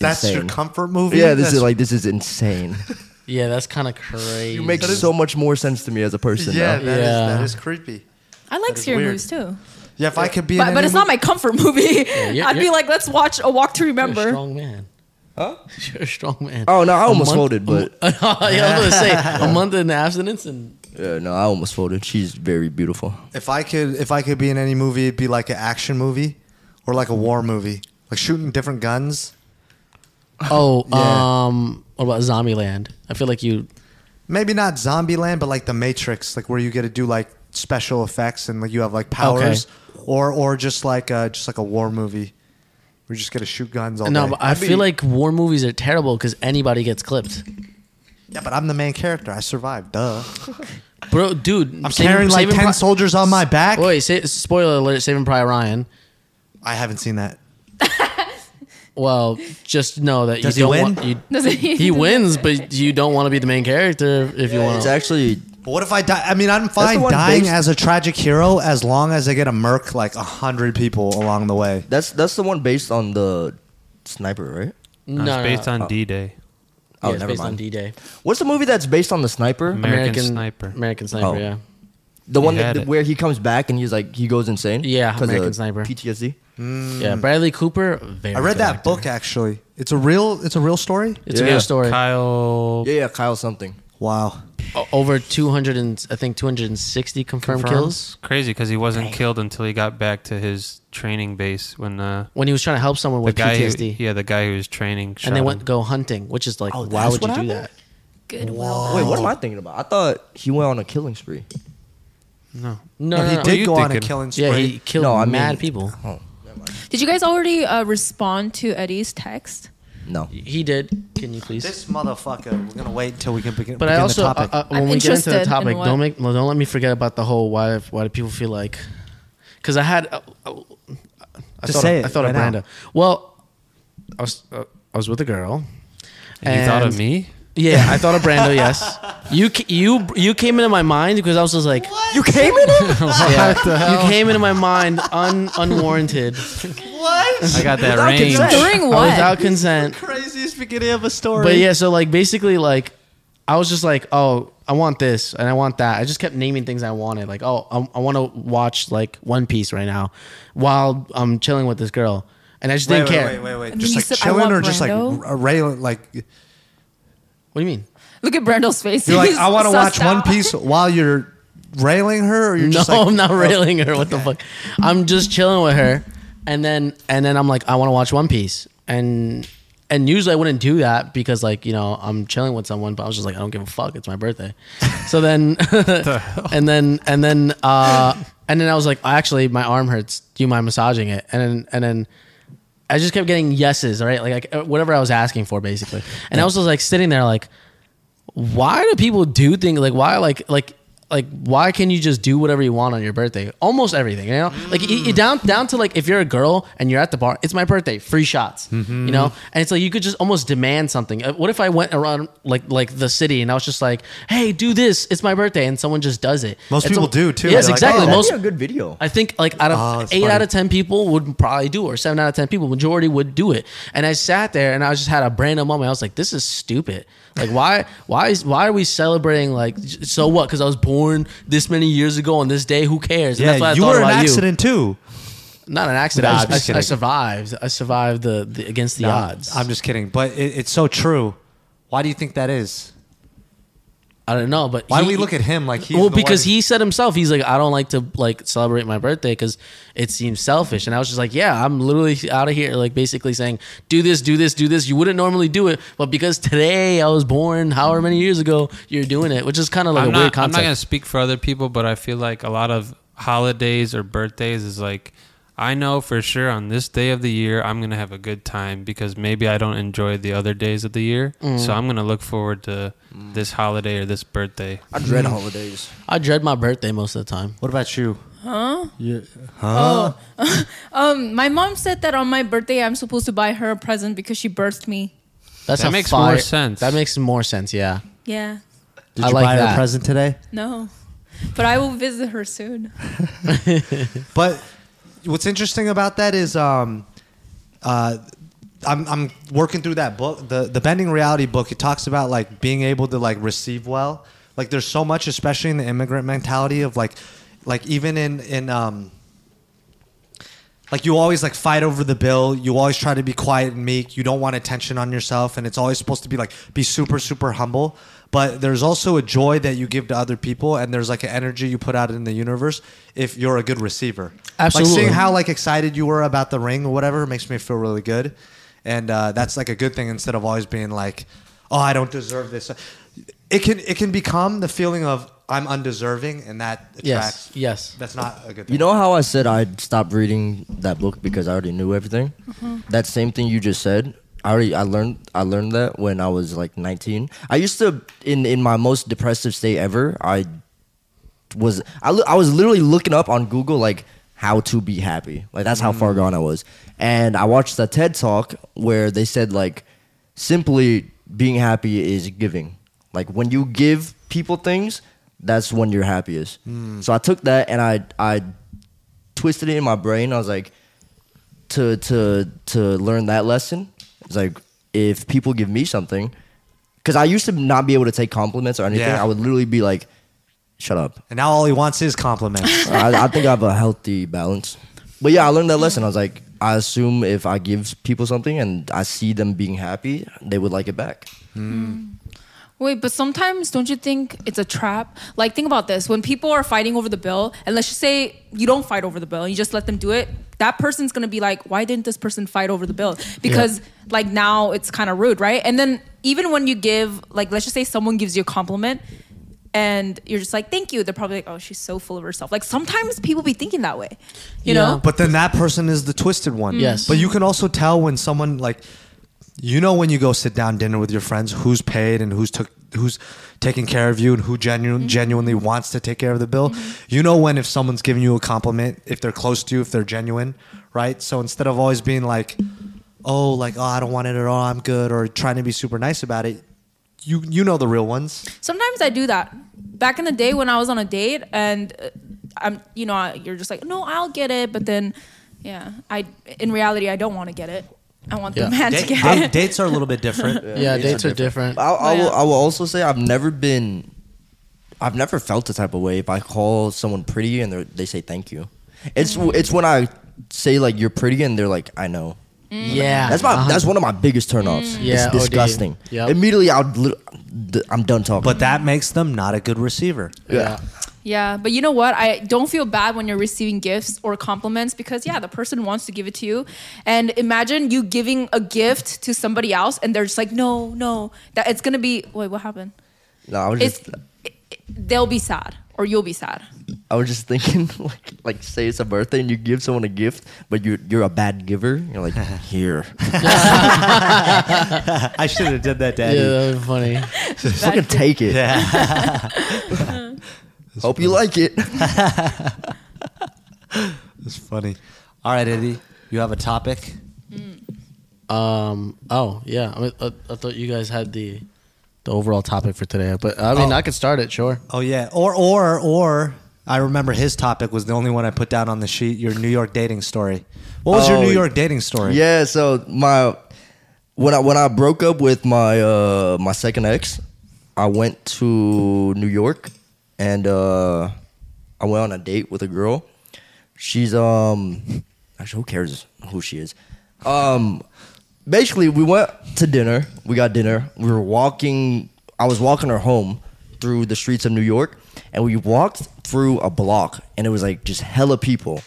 That's insane. your comfort movie. Yeah, this That's- is like this is insane. Yeah, that's kind of crazy. You make so much more sense to me as a person. yeah, Yeah, that is Yeah. that is creepy. I like is scary weird. movies too, Yeah, if I could be, in but, but any it's not my comfort movie. you're- I'd be you're- like, let's watch A Walk to You're a Remember. strong man. Huh? You're a strong man. Oh no, I A almost month- voted, but yeah, I was gonna say a month in abstinence and yeah, uh, no, I almost voted. She's very beautiful. If I could, if I could be in any movie, it'd be like an action movie or like a war movie, like shooting different guns. oh, Yeah. um, what about Zombieland? I feel like you. Maybe not Zombieland, but like The Matrix, like where you get to do like special effects and like you have like powers, or or just like uh just like a war movie, we just get to shoot guns all No, day. but I feel like war movies are terrible because anybody gets clipped. yeah, but I'm the main character. I survived. Duh. Bro, dude, I'm carrying like ten soldiers on my back. Wait, say, spoiler alert! Saving Private Ryan. I haven't seen that. Well, just know that Does he you don't win? want. You, Does it- he wins, but you don't want to be the main character if you want. Oh. It's actually But what if I die? I mean, I'm fine one dying based- as a tragic hero as long as I get to murk like a hundred people along the way. that's that's the one based on the sniper, right? no, No, it's no, based no. on D Day. Oh, Yeah, it's never based on mind. D Day. What's the movie that's based on the sniper? American Sniper. American Sniper. Oh. Yeah. The He one had that, it. where he comes back and he's like he goes insane. Yeah, 'Cause of American Sniper. PTSD. Yeah, Mm. Bradley Cooper. Very I read good that actor. book actually. It's a real. It's a real story. It's a Yeah. good story. Kyle. Yeah, yeah, Kyle something. Wow. O- Over 200 and I think 260 confirmed confirmed. kills Crazy because he wasn't killed until he got back to his training base when uh, when he was trying to help someone the with guy, who, PTSD. yeah, the guy who was training, shot And they him. went go hunting, which is like, Oh, why that's would you what do happened? that? Good will. Wait, what am I thinking about? I thought he went on a killing spree. No, No, No, he no, no. What are did you go on a thinking? killing spree. Yeah, he killed No, I mean- mad people. Oh, Did you guys already uh, respond to Eddie's text? no. He did. Can you please? this motherfucker. We're gonna wait until we can begin. But I begin also, the uh, topic. uh, when I'm we get into interested the in topic, what- don't make, well, don't let me forget about the whole why why do people feel like? Because I had, uh, uh, I Just thought say of, it I thought of right Branda. now. Well, I was uh, I was with a girl. And you thought of me? Yeah, I thought of Brando. Yes, you ca- you you came into my mind because I was just like, You came in it? yeah, you came into my mind un unwarranted I got that Without range. consent. During what? without consent. craziest beginning of a story. But yeah, so like basically like I was just like, oh, I want this and I want that. I just kept naming things I wanted. Like, oh, I, I want to watch like One Piece right now while I'm chilling with this girl, and I just Wait, didn't wait, care. wait, wait, wait. And Just then like you said, "I chilling, want or just like Brando." r- railing, like What do you mean? Look at Brando's face. you're like He's I want to sussed watch One out. Piece while you're railing her, or you're No, just like I'm not oh, railing her. What the fuck? I'm just chilling with her, and then and then I'm like, I want to watch One Piece, and and usually I wouldn't do that because like you know I'm chilling with someone, but I was just like, I don't give a fuck. It's my birthday, so then and then and then uh and then I was like, actually, my arm hurts. Do you mind massaging it? And then and then. I just kept getting yeses, right? Like, like whatever I was asking for, basically. And I was just like sitting there, like, why do people do things like why like like like why can you just do whatever you want on your birthday? Almost everything, you know. Like you, you down down to like if you're a girl and you're at the bar, it's my birthday, free shots, Mm-hmm. you know. And it's like you could just almost demand something. Uh, What if I went around like like the city and I was just like, hey, do this, it's my birthday, and someone just does it. Most It's people al- do, too. Yes, They're like, exactly. Oh, that'd Most be a good video. I think like out Oh, of that's eight funny. out of ten people would probably do, it, or seven out of ten people, majority would do it. And I sat there and I just had a brand new moment. I was like, "This is stupid. Like, why, why is, why are we celebrating? Like, j- so what? Because I was born this many years ago on this day. Who cares? And Yeah, that's what I you thought were an about accident too. you. Not an accident. Nah, I- I'm just I, I kidding. survived. I survived the, the against the odds. I'm just kidding, but it, it's so true. Why do you think that is? I don't know, but Why do he- we look at him like he's well, the because one- he said himself, he's like, I don't like to like celebrate my birthday because it seems selfish. And I was just like, yeah, I'm literally out of here, like basically saying, do this, do this, do this. You wouldn't normally do it, but because today I was born, however many years ago, you're doing it, which is kind of like I'm a not, weird I'm not concept. gonna speak for other people, but I feel like a lot of holidays or birthdays is like I know for sure on this day of the year I'm gonna have a good time because maybe I don't enjoy the other days of the year, so Mm. I'm gonna look forward to this holiday or this birthday. I dread holidays. I dread my birthday most of the time. What about you? Um, my mom said that on my birthday I'm supposed to buy her a present because she birthed me. That's That a makes fire- more sense. That makes more sense. Yeah, Yeah. Did I you like buy her that. a present today? No. But I will visit her soon. But What's interesting about that is, um, uh, I'm, I'm working through that book, the the Bending Reality book. It talks about like being able to like receive well. Like there's so much, especially in the immigrant mentality of like, like even in in um, like you always like fight over the bill you always try to be quiet and meek you don't want attention on yourself and it's always supposed to be like be super super humble but there's also a joy that you give to other people and there's like an energy you put out in the universe if you're a good receiver like Absolutely. seeing how like excited you were about the ring or whatever makes me feel really good and uh, that's like a good thing instead of always being like oh i don't deserve this it can it can become the feeling of i'm undeserving and that yes, attracts yes. that's not a good thing You know how I said I'd stop reading that book because I already knew everything? That same thing you just said. I already I learned I learned that when I was like 19. I used to in in my most depressive state ever, I was I, li- I was literally looking up on Google like how to be happy. Like that's how far gone I was. And I watched the TED talk where they said like simply being happy is giving. Like when you give people things, that's when you're happiest. So I took that and I I twisted it in my brain. I was like to to to learn that lesson. It's like if people give me something cuz I used to not be able to take compliments or anything. Yeah. I would literally be like shut up. and now all he wants is compliments I, I think I have a healthy balance. But yeah, I learned that lesson. I was like, I assume if I give people something and I see them being happy, they would like it back. Wait, but sometimes don't you think it's a trap? Like, think about this: when people are fighting over the bill, and let's just say you don't fight over the bill, you just let them do it. That person's gonna be like, "Why didn't this person fight over the bill?" Because like now it's kind of rude, right? And then even when you give, like, let's just say someone gives you a compliment, and you're just like, "Thank you," they're probably like, "Oh, she's so full of herself." Like sometimes people be thinking that way, you Yeah. know? But then that person is the twisted one. Mm. Yes. But you can also tell when someone like you know when you go sit down dinner with your friends who's paid and who's took who's taking care of you and who genuine, Mm-hmm. genuinely wants to take care of the bill. You know when if someone's giving you a compliment, if they're close to you, if they're genuine, right? So instead of always being like, "Oh, like oh, I don't want it at all. I'm good," or trying to be super nice about it, you you know the real ones. Sometimes I do that. Back in the day when I was on a date and uh, I'm, you know, I- you're just like, no, I'll get it, but then, yeah, I in reality I don't want to get it. I want Yeah. the man to Date- get date- it. dates are a little bit different. yeah, dates are different. I, I, Yeah. will, I will also say I've never been, I've never felt the type of way if I call someone pretty and they're- they say thank you. It's Mm. it's when I say like you're pretty and they're like I know. Yeah, That's my Uh-huh. Mm. that's one of my biggest turnoffs. Yeah, it's OD. disgusting. Yep. Immediately I'd lit- I'm done talking. But that makes them not a good receiver. yeah. Yeah, but you know what? I don't feel bad when you're receiving gifts or compliments because yeah, the person wants to give it to you. And imagine you giving a gift to somebody else and they're just like, no, no, that it's gonna be. Wait, what happened? no, I was It's just it, it- they'll be sad or you'll be sad. I was just thinking, like, like say it's a birthday and you give someone a gift, but you you're a bad giver. You're like, here, I should have did that, Daddy. Yeah, that would be funny. fucking take it. Hope you like it. It's funny. All right, Eddie, you have a topic. Um. Oh yeah. I, mean, I, I thought you guys had the the overall topic for today, but I mean, I could start it. Sure. Oh yeah, or or or I remember his topic was the only one I put down on the sheet. Your New York dating story. What was your Oh, New York dating story? Yeah. So my when I when I broke up with my uh my second ex, I went to New York and uh I went on a date with a girl. She's um actually who cares who she is. Um basically we went to dinner. We got dinner. We were walking I was walking her home through the streets of New York, and we walked through a block, and it was like just hella people.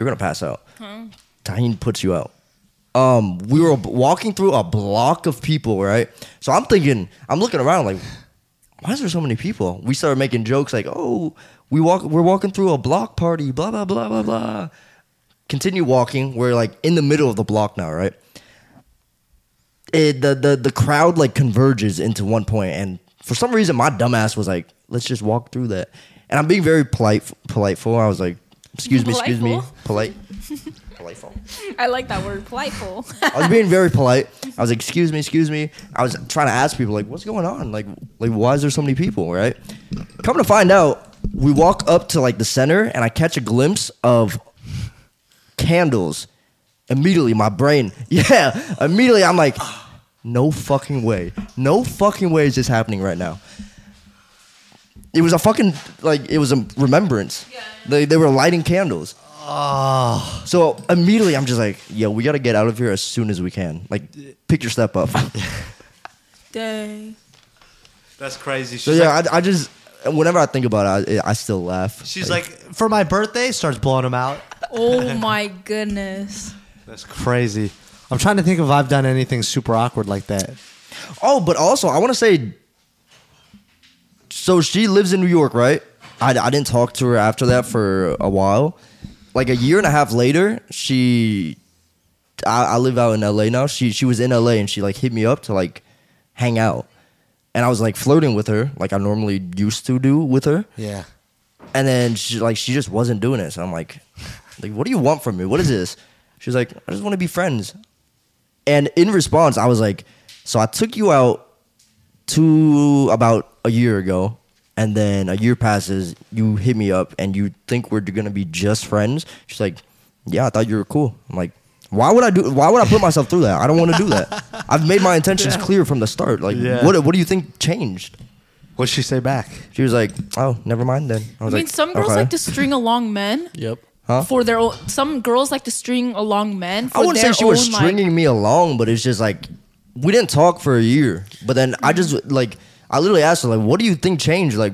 You're gonna pass out. Tahin puts you out. Um, we were walking through a block of people, right? So I'm thinking, I'm looking around like, why is there so many people? We started making jokes like, oh, we walk, we're walking through a block party, blah blah blah blah blah. Continue walking. We're like in the middle of the block now, right? it, the the the crowd like converges into one point, and for some reason, my dumbass was like, "Let's just walk through that." And I'm being very polite, politeful. I was like, "Excuse me, excuse me, polite, politeful." I like that word, politeful. I was being very polite. I was like, "Excuse me, excuse me." I was trying to ask people like, "What's going on? Like, like why is there so many people?" Right? Come to find out, we walk up to like the center, and I catch a glimpse of candles. Immediately, my brain, yeah, immediately, I'm like, "No fucking way! No fucking way is this happening right now." It was a fucking like it was a remembrance. They they were lighting candles. So immediately I'm just like, yo, we gotta get out of here as soon as we can. Like, pick your step up. Dang. That's crazy. so She's yeah, like, I, I just whenever I think about it, I, I still laugh. she's like, for my birthday, starts blowing them out. Oh my goodness. That's crazy. I'm trying to think if I've done anything super awkward like that. oh, but also I want to say. So she lives in New York, right? I, I didn't talk to her after that for a while. Like a year and a half later, she, I, I live out in LA now. She she was in LA and she like hit me up to like hang out, and I was like flirting with her like I normally used to do with her. Yeah. And then she like she just wasn't doing it. So I'm like, like, what do you want from me? What is this? She's like, I just want to be friends. And in response, I was like, so I took you out to about a year ago, and then a year passes, you hit me up and you think we're gonna be just friends. She's like, Yeah, I thought you were cool. I'm like, why would I do why would I put myself through that? I don't wanna do that. I've made my intentions clear from the start. Like Yeah. what what do you think changed? What'd she say back? She was like, Oh, never mind then. I I was mean, like, some girls "Okay." like to string along men Yep. Huh? for their own. Some girls like to string along men. For I wouldn't their say she was own, stringing me along, but it's just like we didn't talk for a year. But then I just Mm-hmm. like I literally asked her like, "What do you think changed?" Like,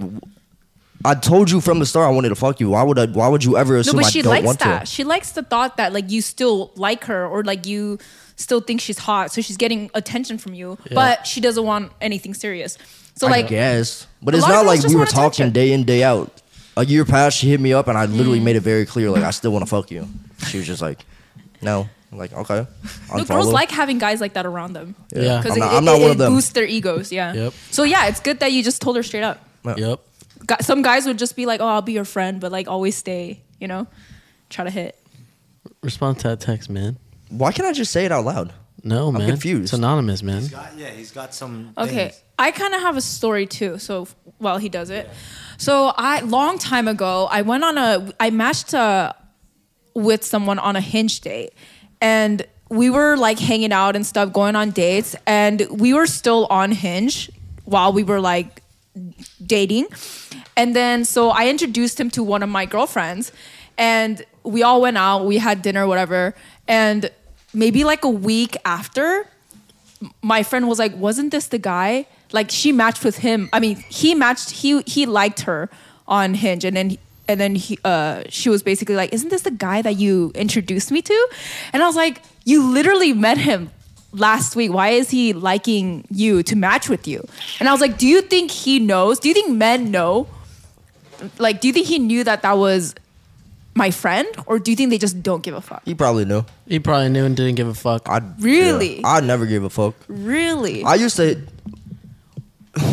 I told you from the start I wanted to fuck you. Why would I? Why would you ever Like, no, assume but I she don't likes want that. to? She likes the thought that like you still like her or like you still think she's hot, so she's getting attention from you, but she doesn't want anything serious. So I like, guess, but a it's lot of not girls like just we were want talking attention. day in day out. A year passed, she hit me up, and I Mm. literally made it very clear like I still want to fuck you. She was just like, "No." I'm like, okay. no, girls Unfollow. like having guys like that around them Yeah. I'm because it, not- it, I'm not one it of them. boosts their egos. Yeah. Yep. So yeah, it's good that you just told her straight up. Yep. Gu- Some guys would just be like, "Oh, I'll be your friend," but like always stay. You know, try to hit. Respond to that text, man. Why can't I just say it out loud? No, man. confused. It's anonymous, man. Uh, yeah, he's got some. Okay, I kind of have a story too. So f- while he does it, so I long time ago I went on a I matched uh, with someone on a hinge date, and we were like hanging out and stuff, going on dates, and we were still on hinge while we were like dating. And then so I introduced him to one of my girlfriends and we all went out, we had dinner, whatever. And maybe like a week after, m- my friend was like, Wasn't this the guy? Like she matched with him. I mean, he matched he he liked her on Hinge and then and then he uh she was basically like, Isn't this the guy that you introduced me to? And I was like, You literally met him last week why is he liking you to match with you and i was like do you think he knows do you think men know like do you think he knew that that was my friend or do you think they just don't give a fuck He probably knew. He probably knew and didn't give a fuck. I Really? I never gave a fuck. really I used to.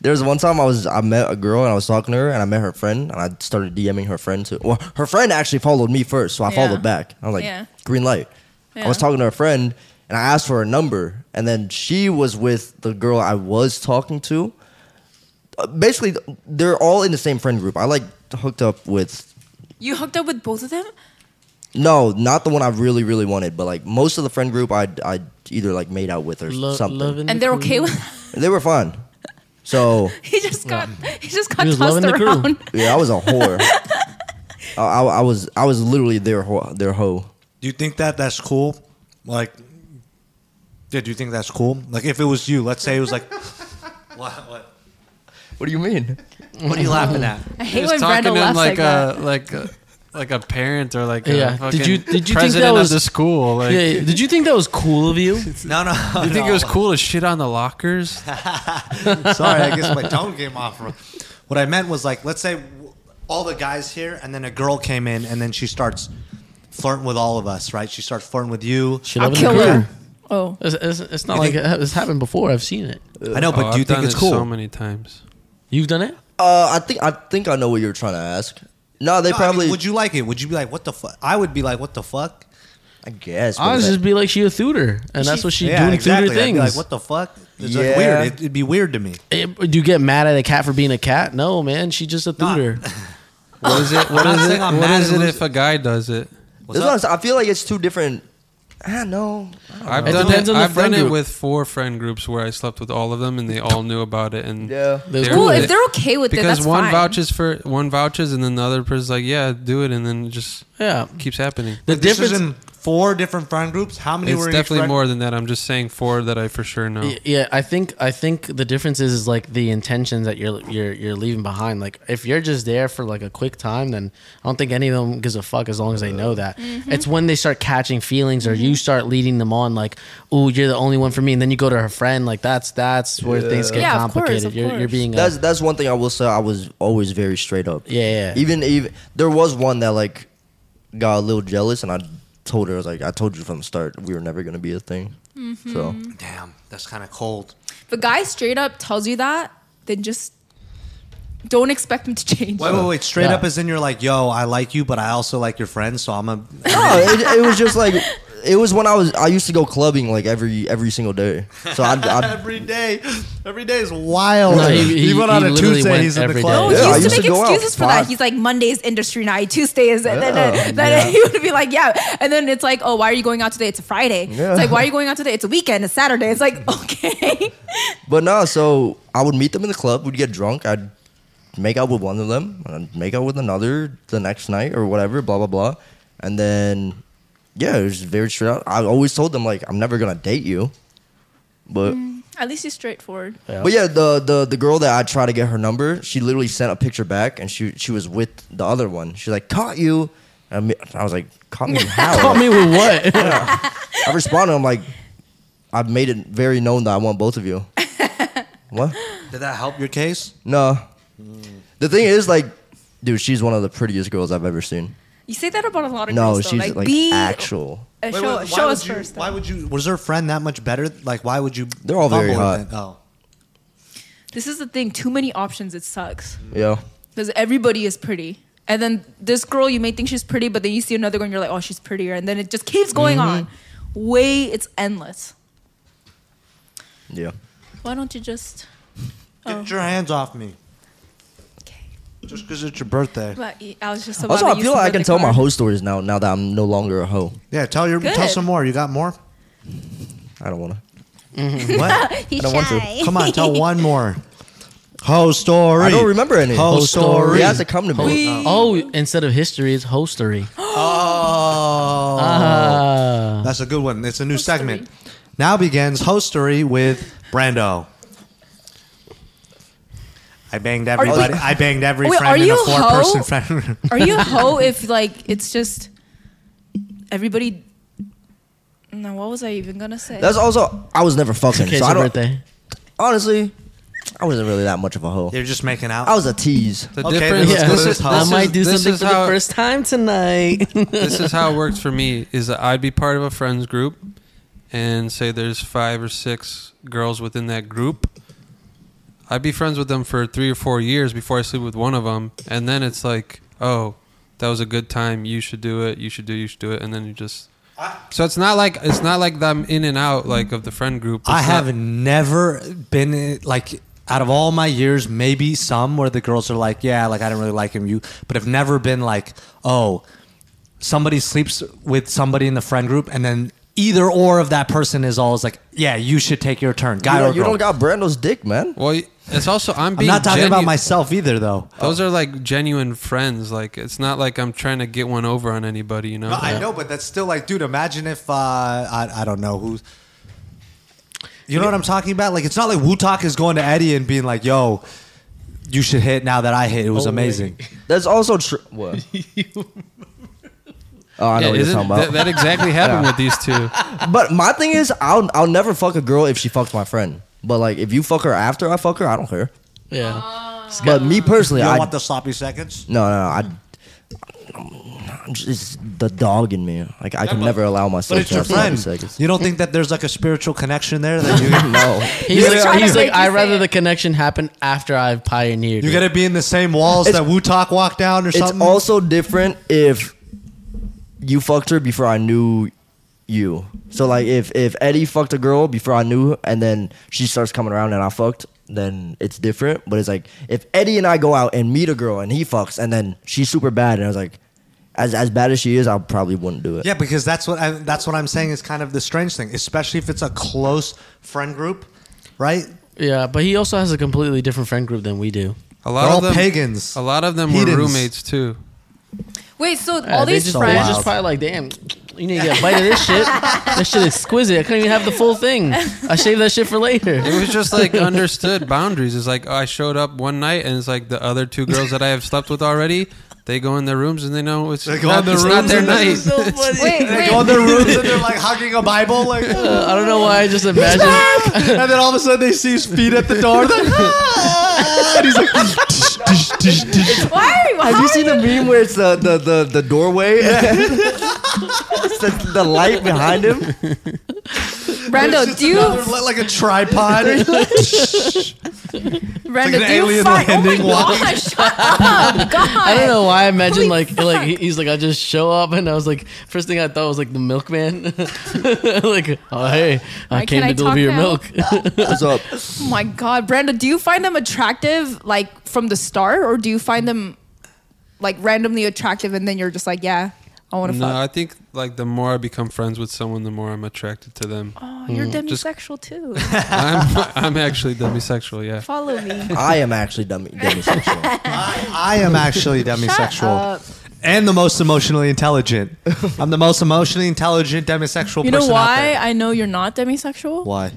there was one time I was I met a girl and I was talking to her and I met her friend and I started DMing her friend too. Well, her friend actually followed me first, so I Yeah. followed back. I was like, Yeah. green light. I was Yeah. talking to her friend and I asked for her number and then she was with the girl I was talking to. Uh, Basically, th- they're all in the same friend group. I like hooked up with you hooked up with both of them no, not the one I really really wanted, but like most of the friend group I I either like made out with or Lo- something. loving and the they're okay crew. with They were fun. So he just got he just got He was tossed loving the crew. around yeah, I was a whore. I, I, I was I was literally their ho- their hoe. Do you think that that's cool? Like, yeah, do you think that's cool? Like, if it was you, let's say it was like, what, what? What do you mean? What are you laughing at? I hate He's when talking Brenda to him laughs like like, uh, that. a like a like a parent or like Yeah. a Did fucking you- did you think that president was- of the school. Like, yeah, did you think that was cool of you? No, no. you think it was cool to shit on the lockers? Sorry, I guess my tone came off. wrong. What I meant was like, let's say w- all the guys here, and then a girl came in, and then she starts flirting with all of us, right? She starts flirting with you. She I'll loving kill the crew. her. Oh, It's, it's, it's not You like think- it- it's happened before. I've seen it. I know, but Oh, do you I've think done it's it cool? So many times. You've done it. Uh, I think I think I know what you're trying to ask. No, they No, I mean, probably. would you like it? Would you be like, what the fuck? I would be like, what the fuck? I guess. but I would is just that- be like she a thuder, and that's what she Yeah, doing exactly. thuder things. I'd be like, what the fuck? It's like Yeah. weird. It, it'd be weird to me. Eh, do you get mad at a cat for being a cat? No, man, she just a thuder. What is it? What I'm is saying it? I'm What mad is at it losing- if a guy does it? What's that's what I'm up? saying. I feel like it's two different. I know. I've It done depends it. on the I've friend done it group. with four friend groups where I slept with all of them, and they all knew about it. And Yeah. That's they cool. were well, with if it. they're okay with it, because that's one fine. vouches for one vouches, and then the other person's like, "Yeah, do it," and then it just Yeah, keeps happening. the This difference. is in four different friend groups. How many It's were in each definitely friend- more than that. I'm just saying four that I for sure know. Y- Yeah, I think I think the difference is, is like the intentions that you're you're you're leaving behind. Like if you're just there for like a quick time, then I don't think any of them gives a fuck as long as they know that. Mm-hmm. It's when they start catching feelings or you start leading them on, like, "Oh, you're the only one for me," and then you go to her friend. Like that's that's where things get Yeah, of course, complicated. of you're you're course. being a- That's that's one thing I will say. I was always very straight up. Yeah, yeah. Even even there was one that like got a little jealous, and I told her I was like, I told you from the start we were never gonna be a thing. Mm-hmm. So Damn, that's kind of cold. If a guy straight up tells you that, then just don't expect him to change. Wait, wait, wait. Straight Yeah. up as in you're like, yo, I like you, but I also like your friends, so I'm a. no, it, it was just like it was when I was I used to go clubbing like every every single day. So I I, every day, every day is wild. No, he- he, he- went he on a literally Tuesday. went He's in the every club. No, day. Yeah, I he used to used to make go out excuses for that. five- He's like Monday's industry night, Tuesdays, and then, Yeah. then, then he would be like, yeah. And then it's like, oh, why are you going out today? It's a Friday. Yeah. It's like, why are you going out today? It's a weekend. It's Saturday. It's like, okay. but no, so I would meet them in the club. We'd get drunk. I'd make out with one of them, and I'd make out with another the next night or whatever. Blah blah blah, and then yeah, it was very straight up. I always told them like I'm never gonna date you, but. At least he's straightforward. But yeah, the, the the girl that I tried to get her number, she literally sent a picture back, and she she was with the other one. She's like, "Caught you," and me- I was like, "Caught me how?" Caught me with what? I responded, "I'm like, I've made it very known that I want both of you." what? Did that help your case? No. The thing is, like, dude, she's one of the prettiest girls I've ever seen. You say that about a lot of No, girls, though. she's like, be actual. uh, Wait, show wait, show would us you, first. Why would you? Was her friend that much better? Like, why would you? They're all very bumble hot. with it? Oh, This is the thing. Too many options. It sucks Yeah. because everybody is pretty. And then this girl, you may think she's pretty, but then you see another girl, and you're like, oh, she's prettier. And then it just keeps going Mm-hmm. on. Way it's endless. Yeah. Why don't you just? get your hands off me! Oh. Okay. Just because it's your birthday. But y- I was just about Also, to I use feel some like I of can the tell my card. hoe stories now. Now that I'm no longer a hoe, Yeah, tell your tell Good. some more. You got more? I don't wanna. What? I don't want to. Come on, tell one more. Whole story. I don't remember any. Whole Whole story. story. He has to come to me. oh, instead of history, it's hostery. Oh, Ah. that's a good one. It's a new segment. Now begins hostery with Brando. I banged you- everybody. I banged every Wait, are friend in a you a hoe? four-person friend. room. Are you a hoe if like it's just everybody? No, what was I even gonna say? That's also I was never fucking. Okay, so it's I your don't. birthday. Honestly, I wasn't really that much of a hoe. They're just making out. I was a tease. The Okay, difference. let's go to This this is, house. this I might is- do this something is for how, the first time tonight. this is how it works for me. Is that I'd be part of a friends group, and say there's five or six girls within that group. I'd be friends with them for three or four years before I sleep with one of them, and then it's like, oh, that was a good time. You should do it. You should do. You should do it, and then you just. So it's not like it's not like I'm in and out like of the friend group. It's I not- have never been like out of all my years, maybe some where the girls are like, yeah, like I didn't really like him, you, but I've never been like, oh, somebody sleeps with somebody in the friend group, and then either or of that person is always like, yeah, you should take your turn, You, guy or don't- girl. you don't got Brando's dick, man. Well, it's also I'm I'm being. not talking genu- about myself either, though. Those are like genuine friends. Like it's not like I'm trying to get one over on anybody. You know. No, I know, but that's still like, dude. Imagine if uh, I, I don't know who's. You know what I'm talking about? Like, it's not like Wu Talk is going to Eddie and being like, "Yo, you should hit now that I hit. It was amazing. That's also true. What? oh, I know what you're isn't- talking about. That, that exactly happened with these two. But my thing is, I'll I'll never fuck a girl if she fucks my friend. But like, if you fuck her after I fuck her, I don't care. Yeah. But me personally, You don't I want the sloppy seconds? no no no. I, I'm just the dog in me. Like I can never allow myself But it's to your have sloppy friend. seconds. You don't think that there's like a spiritual connection there that you no, He's, He's like, trying he's to like make you I'd say rather it." the connection happen after I've pioneered. you it." gotta be in the same walls It's- that Wu Talk walked down or it's something? also different if you fucked her before I knew you. So like, if if Eddie fucked a girl before I knew, her, and then she starts coming around and I fucked, then it's different. But it's like if Eddie and I go out and meet a girl and he fucks, and then she's super bad, and I was like, as as bad as she is, I probably wouldn't do it. Yeah, because that's what I, that's what I'm saying is kind of the strange thing, especially if it's a close friend group, right? yeah, but he also has a completely different friend group than we do. A They're lot all of them, pagans. A lot of them Heathens. were roommates too. Wait, so Yeah, all they these just, friends. They're just probably like, damn, you need to get a bite of this shit. That shit exquisite. I couldn't even have the full thing. I saved that shit for later. It was just like understood boundaries. It's like oh, I showed up one night and it's like the other two girls that I have slept with already. They go in their rooms and they know it's, They go not, in their it's not rooms their and they- night. so funny. Wait, They go in wait. their rooms and they're like hugging a Bible, like, and I don't know why I just imagined. then all of a sudden they see his feet at the door. They're like, "Ah," and he's like, "Tsh, tsh, tsh, tsh." Why? How Have you are seen the meme where it's the the the, the doorway? It's the, the light behind him. Brando, do you Another, like, like a tripod. Brando, an do you alien fight? landing oh my gosh, shut up, God. I don't know why I imagined Holy like like he- fuck. he's like I just show up and I was like first thing I thought was like the milkman like oh hey I Why came can't to deliver I talk your now? milk What's up? Oh my God, Brando, do you find them attractive like from the start, or do you find them like randomly attractive and then you're just like, yeah, I want to No, fuck. I think like the more I become friends with someone, the more I'm attracted to them. Oh, you're Just- demisexual too. I'm I'm actually demisexual. Yeah. Follow me. I am actually dummy. demisexual. I am actually demisexual up. and the most emotionally intelligent. I'm the most emotionally intelligent demisexual You know person out why there. I know you're not demisexual? Why?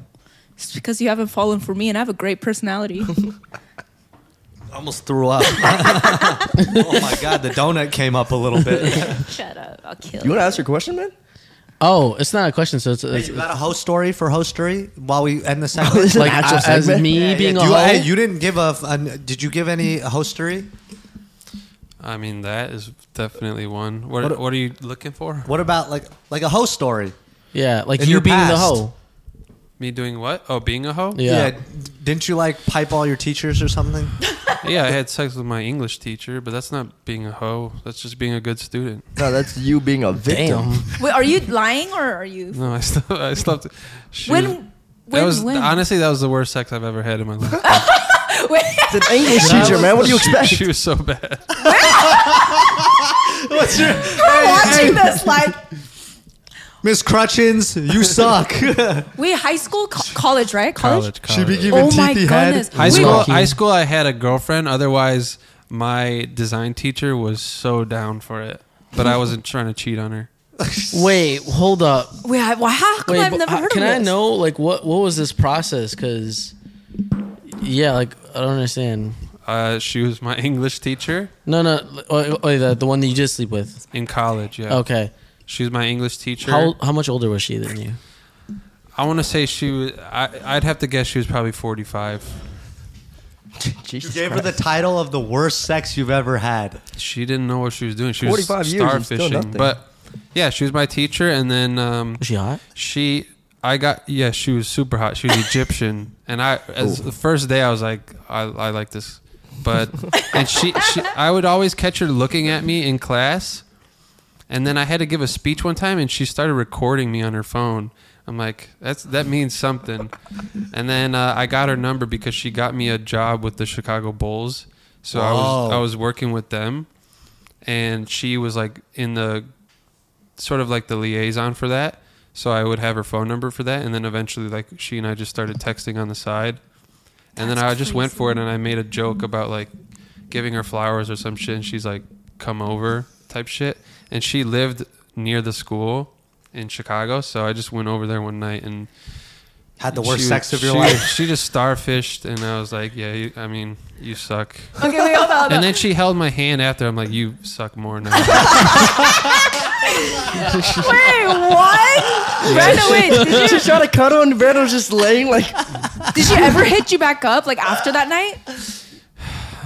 It's because you haven't fallen for me, and I have a great personality. Almost threw up. oh my god, the donut came up a little bit. Shut up, I'll kill You want to ask your question, man? oh it's not a question so it's, it's You got a host story for hostery while we end the This segment. is an like actual I- as segment? Oh, me being Do a you, hoe hey, you didn't give a, a- Did you give any hostery? I mean that is definitely one. What What- what, are you looking for? What about like like a host story? yeah like in you your being the past. hoe Me doing what? Oh, being a hoe? yeah, d- Didn't you like pipe all your teachers or something? Yeah, I had sex with my English teacher, but that's not being a hoe. That's just being a good student. No, that's you being a victim. damn Wait, are you lying or are you? No, I stopped. I stopped. She When? was- When? that was when? honestly that was the worst sex I've ever had in my life. Wait, It's an English teacher, man. What do you She- expect? She, was so bad. What's your we're watching this like Miss Crutchins? You suck. Oh, wait, high school, co- college, right? College. college. Oh my goodness. High Wait, school, Rocky. high school. I had a girlfriend. Otherwise, my design teacher was so down for it, but I wasn't trying to cheat on her. wait hold up Wait, I, well, how come wait I've but never how- heard can of I this? know like what what was this process because yeah like I don't understand Uh, she was my English teacher no no oh, oh, the, the one that you did sleep with in college. Yeah, okay she was my English teacher. how how much older was she than you. I want to say she was. I, I'd have to guess she was probably forty-five. you Jesus gave her Christ. the title of the worst sex you've ever had. She didn't know what she was doing. She was 45 starfishing. years and still nothing. but yeah, she was my teacher, and then um, Was she hot? She, I got yeah. She was super hot. She was Egyptian, and I as the first day I was like, I, I like this, but and she, she, I would always catch her looking at me in class, and then I had to give a speech one time, and she started recording me on her phone. I'm like, that's that means something, and then uh, I got her number because she got me a job with the Chicago Bulls, so I was Whoa. I was working with them, and she was like in the sort of like the liaison for that. So I would have her phone number for that, and then eventually, like she and I just started texting on the side, and then I just went for it, and I made a joke about like giving her flowers or some shit, and she's like, "Come over," type shit, and she lived near the school in Chicago, so I just went over there one night and had the She worst was- sex of your she- life. She just starfished, and I was like, "Yeah, you, I mean, you suck." Okay, wait, hold on. hold on. And then she held my hand after. I'm like, "You suck more now." Wait, what? Brandon, wait, did you, She shot a cuddle and Brandon's just laying like. did she ever hit you back up like after that night?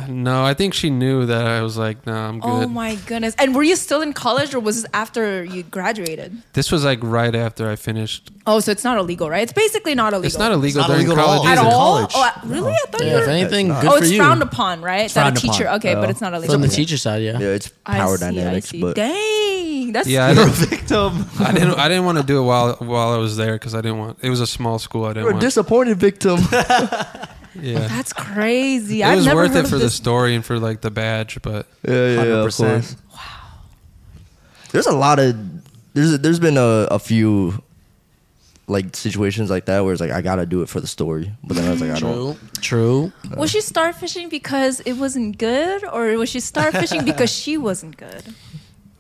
no, I think she knew that I was like, "No, I'm good." Oh my goodness. And were you still in college or was this after you graduated? This was like right after I finished. Oh, so it's not illegal, right? It's basically not illegal. It's not illegal not during illegal at all. college at either. in all. college. Oh, I- really? I thought you Yeah, were. if anything, good oh, for it's you. frowned upon, right? That frowned a teacher. upon. Okay, but it's not illegal. From the teacher side, yeah. Yeah, it's I power see, I dynamics, see. but Dang, that's Yeah, I You're a didn't, victim. I didn't. I didn't want to do it while while I was there because I didn't want. It was a small school. I you're didn't a want. disappointed victim. Yeah, that's crazy. it I've was never worth heard it of for the this. story and for like the badge, but Yeah, yeah, yeah, of 100%. course. Wow. There's a lot of there's there's been a, a few like situations like that where it's like I gotta do it for the story, but then I was like I don't. True. True. Was she starfishing because it wasn't good, or was she starfishing because she wasn't good?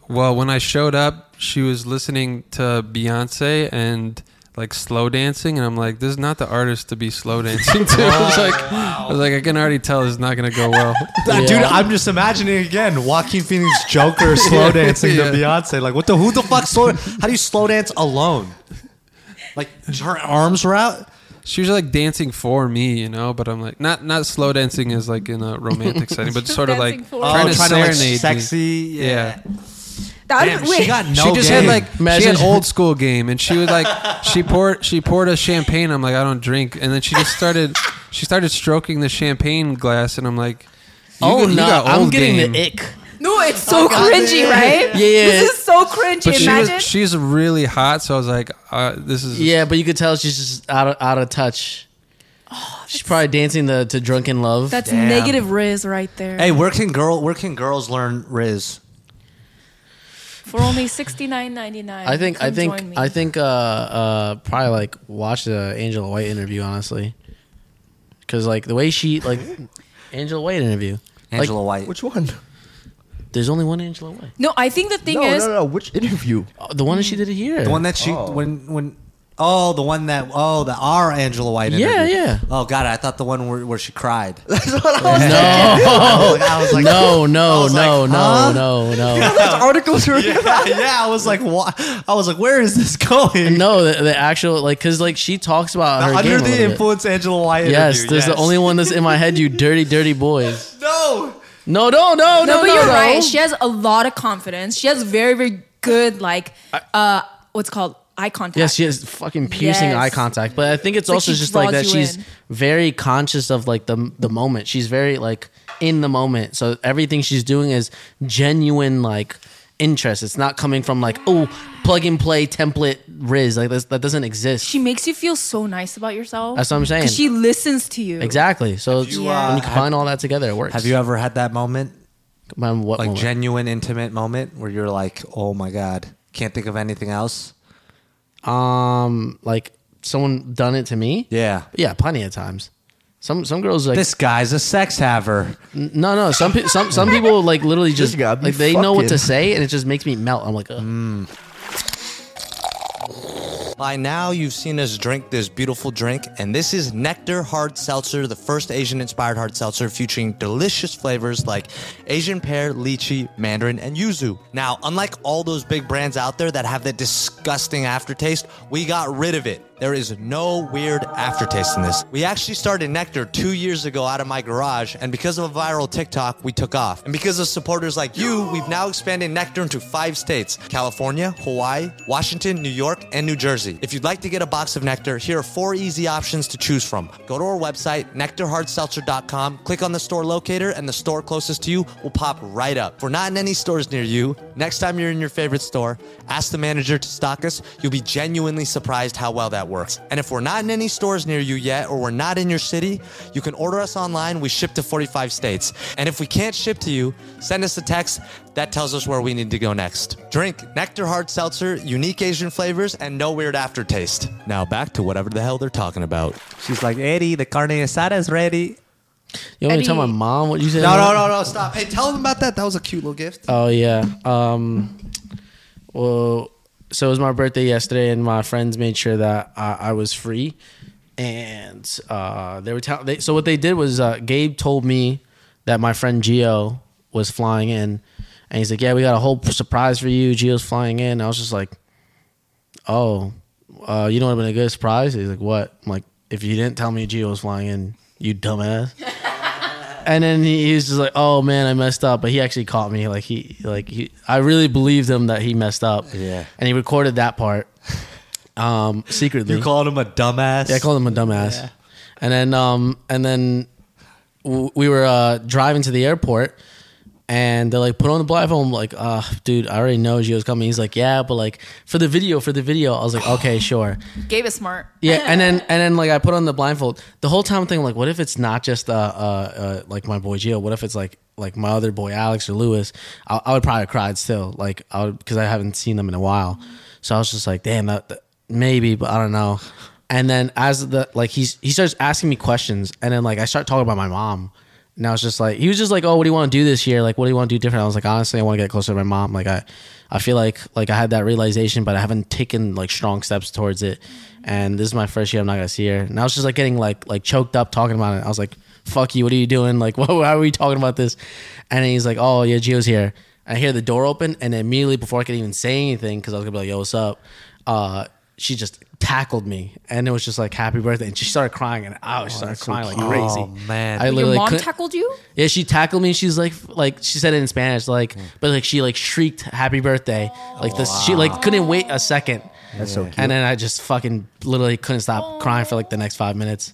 Well, when I showed up, she was listening to Beyonce and like slow dancing, and I'm like, this is not the artist to be slow dancing to. I was like, I was like, I can already tell this is not gonna go well. Uh, Dude, Yeah. I'm just imagining again Joaquin Phoenix Joker slow dancing Yeah. to Beyonce. Like, what the who the fuck slow? How do you slow dance alone? Like her arms were out. She was like dancing for me, you know, but I'm like, not not slow dancing is like in a romantic setting, but sort of Dancing like for Oh, trying to trying to like serenade me. sexy. Yeah. Yeah. That Damn, wait, she got no. she just game. had like she Imagine- had old school game, and she was like, she poured she poured us champagne. I'm like, I don't drink, and then she just started she started stroking the champaign glass, and I'm like, you oh got- you no, got I'm old getting game. the ick. no, it's so cringy, right? Yeah. this is so cringy. But she Imagine. was, she's really hot, so I was like, uh, this is Yeah, but you could tell she's just out of out of touch. Oh, she's probably dancing the to drunken love. that's Damn. negative riz right there. Hey, where can girl? Where can girls learn Riz? For only sixty nine ninety nine. I think I think I think uh uh probably like watch the Angela White interview honestly. Cuz like the way she like Angela White interview. Like, Angela White. Which one? there's only one Angela White. No, I think the thing No, no, is, no, no. Which interview? Oh, the one Mm. that she did here. The one that she Oh. when when oh the one that oh the our Angela White. Yeah, interview. yeah. Oh god, I thought the one where, where she cried. That's what I was. No. I was like, No, no, was no, like, no, huh? no, no, Those articles were. yeah, yeah. I was like, wha- I was like, where is this going? no. The, the actual like, cause like she talks about The her under game a the little bit. influence, Angela White. Yes, interview, there's the only one that's in my head. You dirty, dirty boys. No. No, no, no, no, no, no. but you're no. right. She has a lot of confidence. She has very very good like uh what's it called eye contact. Yes, she has fucking piercing Yes. eye contact. But I think it's Like also she just like draws that you she's in. very conscious of like the the moment. She's very like in the moment. So everything she's doing is genuine like interest. It's not coming from like oh plug and play template riz like this, that doesn't exist. she makes you feel so nice about yourself. That's what I'm saying. 'Cause She listens to you. exactly. So it's, you, uh, when you combine all that together, it works. Have you ever had that moment, Combine what like moment? genuine intimate moment, where you're like, oh my god, can't think of anything else? um like someone done it to me? Yeah. Yeah, plenty of times. Some some girls like This guy's a sex haver. No, no. Some pe- some some people like literally just guy be like they know what to fucking- say, and it just makes me melt. I'm like, Ugh. By now, you've seen us drink this beautiful drink, and this is Nectar Hard Seltzer, the first Asian inspired hard seltzer featuring delicious flavors like Asian pear, lychee, mandarin, and yuzu. Now, unlike all those big brands out there that have that disgusting aftertaste, we got rid of it. There is no weird aftertaste in this. We actually started Nectar two years ago out of my garage, and because of a viral TikTok, we took off. And because of supporters like you, we've now expanded Nectar into five states California, Hawaii, Washington, New York, and New Jersey. If you'd like to get a box of Nectar, here are four easy options to choose from. Go to our website, nectarhardseltzer.com, click on the store locator, and the store closest to you will pop right up. If we're not in any stores near you, next time you're in your favorite store, ask the manager to stock us. You'll be genuinely surprised how well that works. And if we're not in any stores near you yet, or we're not in your city, you can order us online. We ship to 45 states. And if we can't ship to you, send us a text that tells us where we need to go next. Drink Nectar Hard Seltzer, unique Asian flavors, and no weird aftertaste. Now back to whatever the hell they're talking about. She's like, Eddie, the carne asada is ready. you want me to tell my Eddie. mom what you said? No, no, no, no, stop. Hey, tell them about that. That was a cute little gift. Oh yeah. Um. Well, so it was my birthday yesterday, and my friends made sure that I, I was free, and uh, they were tell- they, so what they did was uh, Gabe told me that my friend Gio was flying in, and he's like, "Yeah, we got a whole surprise for you. Gio's flying in." I was just like, "Oh, uh, you know what would have been a good surprise?" He's like, "What?" I'm like, "If you didn't tell me Gio was flying in, you dumbass." and then he, he was just like, "Oh man, I messed up," but he actually caught me. Like he, like he, I really believed him that he messed up. Yeah. and he recorded that part um, secretly. You called him a dumbass. Yeah, I called him a dumbass. And then um and then w- we were uh driving to the airport and they're like put on the blindfold. I'm like, uh, dude, I already know Gio's coming. He's like, yeah, but like for the video, for the video, I was like, okay, sure. Gabe is smart. Yeah, and then and then like I put on the blindfold. The whole time I'm thinking like, what if it's not just uh, uh, uh like my boy Gio? What if it's like like my other boy Alex or Lewis? I, I would probably have cried still, like I would because I haven't seen them in a while. So I was just like, damn, that, that- maybe, but I don't know. And then as the like he's he starts asking me questions, and then like I start talking about my mom. And I was just like, he was just like, oh, what do you want to do this year? Like, what do you want to do different? I was like, honestly, I want to get closer to my mom. Like, I, I feel like like I had that realization, but I haven't taken like strong steps towards it. And this is my first year. I'm not gonna see her. And I was just like getting like like choked up talking about it. I was like, fuck you. What are you doing? Like, why why are we talking about this? And he's like, oh yeah, Gio's here. And I hear the door open, and immediately before I could even say anything, because I was gonna be like, yo, what's up? Uh, she just tackled me, and it was just like happy birthday, and she started crying, and I was started crying like crazy. Oh, man. I Your literally mom couldn't- tackled you? yeah, she tackled me. and She's like, like she said it in Spanish, Hmm. like, but like she like shrieked "Happy Birthday!" Like this, she like couldn't wait a second, That's so cute. and then I just fucking literally couldn't stop crying for like the next five minutes,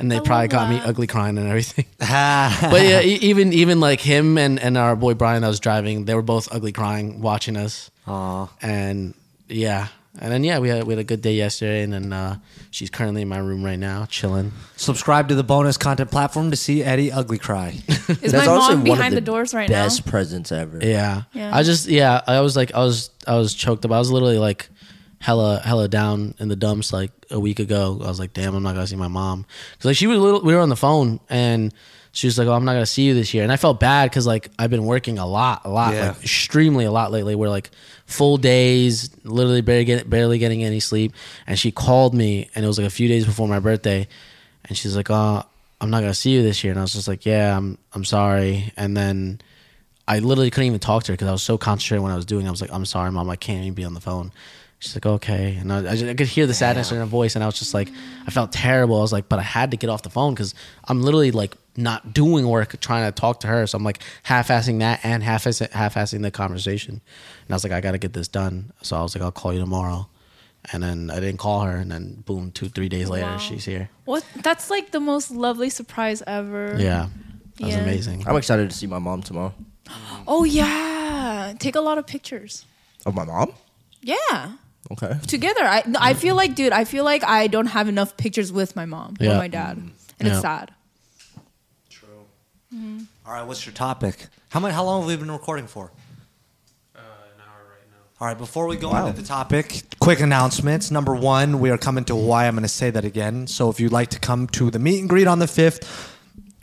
and they probably got me ugly crying and everything. Ah. but yeah, e- even even like him and and our boy Brian that was driving, they were both ugly crying watching us. Aww. And yeah, and then yeah, we had we had a good day yesterday, and then uh, she's currently in my room right now chilling. Subscribe to the bonus content platform to see Eddie ugly cry. Is That's honestly my mom one of behind the, doors right now? Best presents ever. Yeah. Yeah. I just yeah, I was like I was I was choked up. I was literally like hella hella down in the dumps like a week ago. I was like, damn, I'm not gonna see my mom. Cause like she was little, we were on the phone and she was like, oh, I'm not gonna see you this year. And I felt bad because like I've been working a lot, a lot, Yeah. like extremely a lot lately. We're like full days, literally barely, get, barely getting any sleep. And she called me and it was like a few days before my birthday. And she's like, uh, I'm not gonna see you this year. And I was just like, yeah, I'm, I'm sorry. And then I literally couldn't even talk to her because I was so concentrated when I was doing. it. I was like, "I'm sorry, mom, I can't even be on the phone." She's like, "Okay," and I, I, just- I could hear the sadness in her voice, and I was just like, I felt terrible. I was like, but I had to get off the phone because I'm literally like not doing work, trying to talk to her. So I'm like half-assing that and half-assing, half-assing the conversation, and I was like, I got to get this done. So I was like, I'll call you tomorrow, and then I didn't call her, and then boom, two three days later, Wow. she's here. What? That's like the most lovely surprise ever. Yeah, that was Yeah. amazing. I'm excited to see my mom tomorrow. Oh yeah. Take a lot of pictures. Of my mom? Yeah. Okay. Together. I no, I feel like, dude. I feel like I don't have enough pictures with my mom Yeah. or my dad, and Yeah. it's sad. All right, what's your topic? How many, How long have we been recording for? All right, before we go into the topic, quick announcements. Number one, we are coming to Hawaii. I'm going to say that again. So if you'd like to come to the meet and greet on the 5th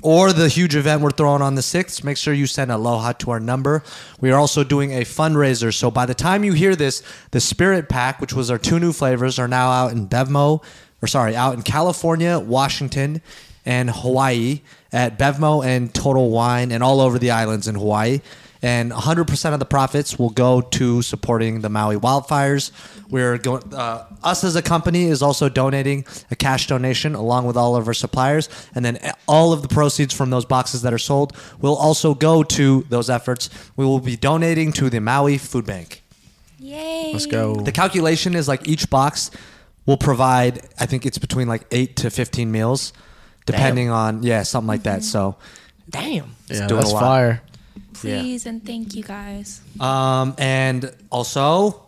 or the huge event we're throwing on the 6th, make sure you send aloha to our number. We are also doing a fundraiser. So by the time you hear this, the Spirit Pack, which was our two new flavors, are now out in Bevmo, or sorry, out in California, Washington, and Hawaii at Bevmo and Total Wine and all over the islands in Hawaii and 100% of the profits will go to supporting the Maui wildfires. We're going. Uh, us as a company is also donating a cash donation along with all of our suppliers, and then all of the proceeds from those boxes that are sold will also go to those efforts. We will be donating to the Maui Food Bank. Yay. Let's go. The calculation is like each box will provide. I think it's between like eight to 15 meals, depending on yeah something like that. So. Damn. yeah, doing a that's lot. fire. Please and thank you guys. Um, and also,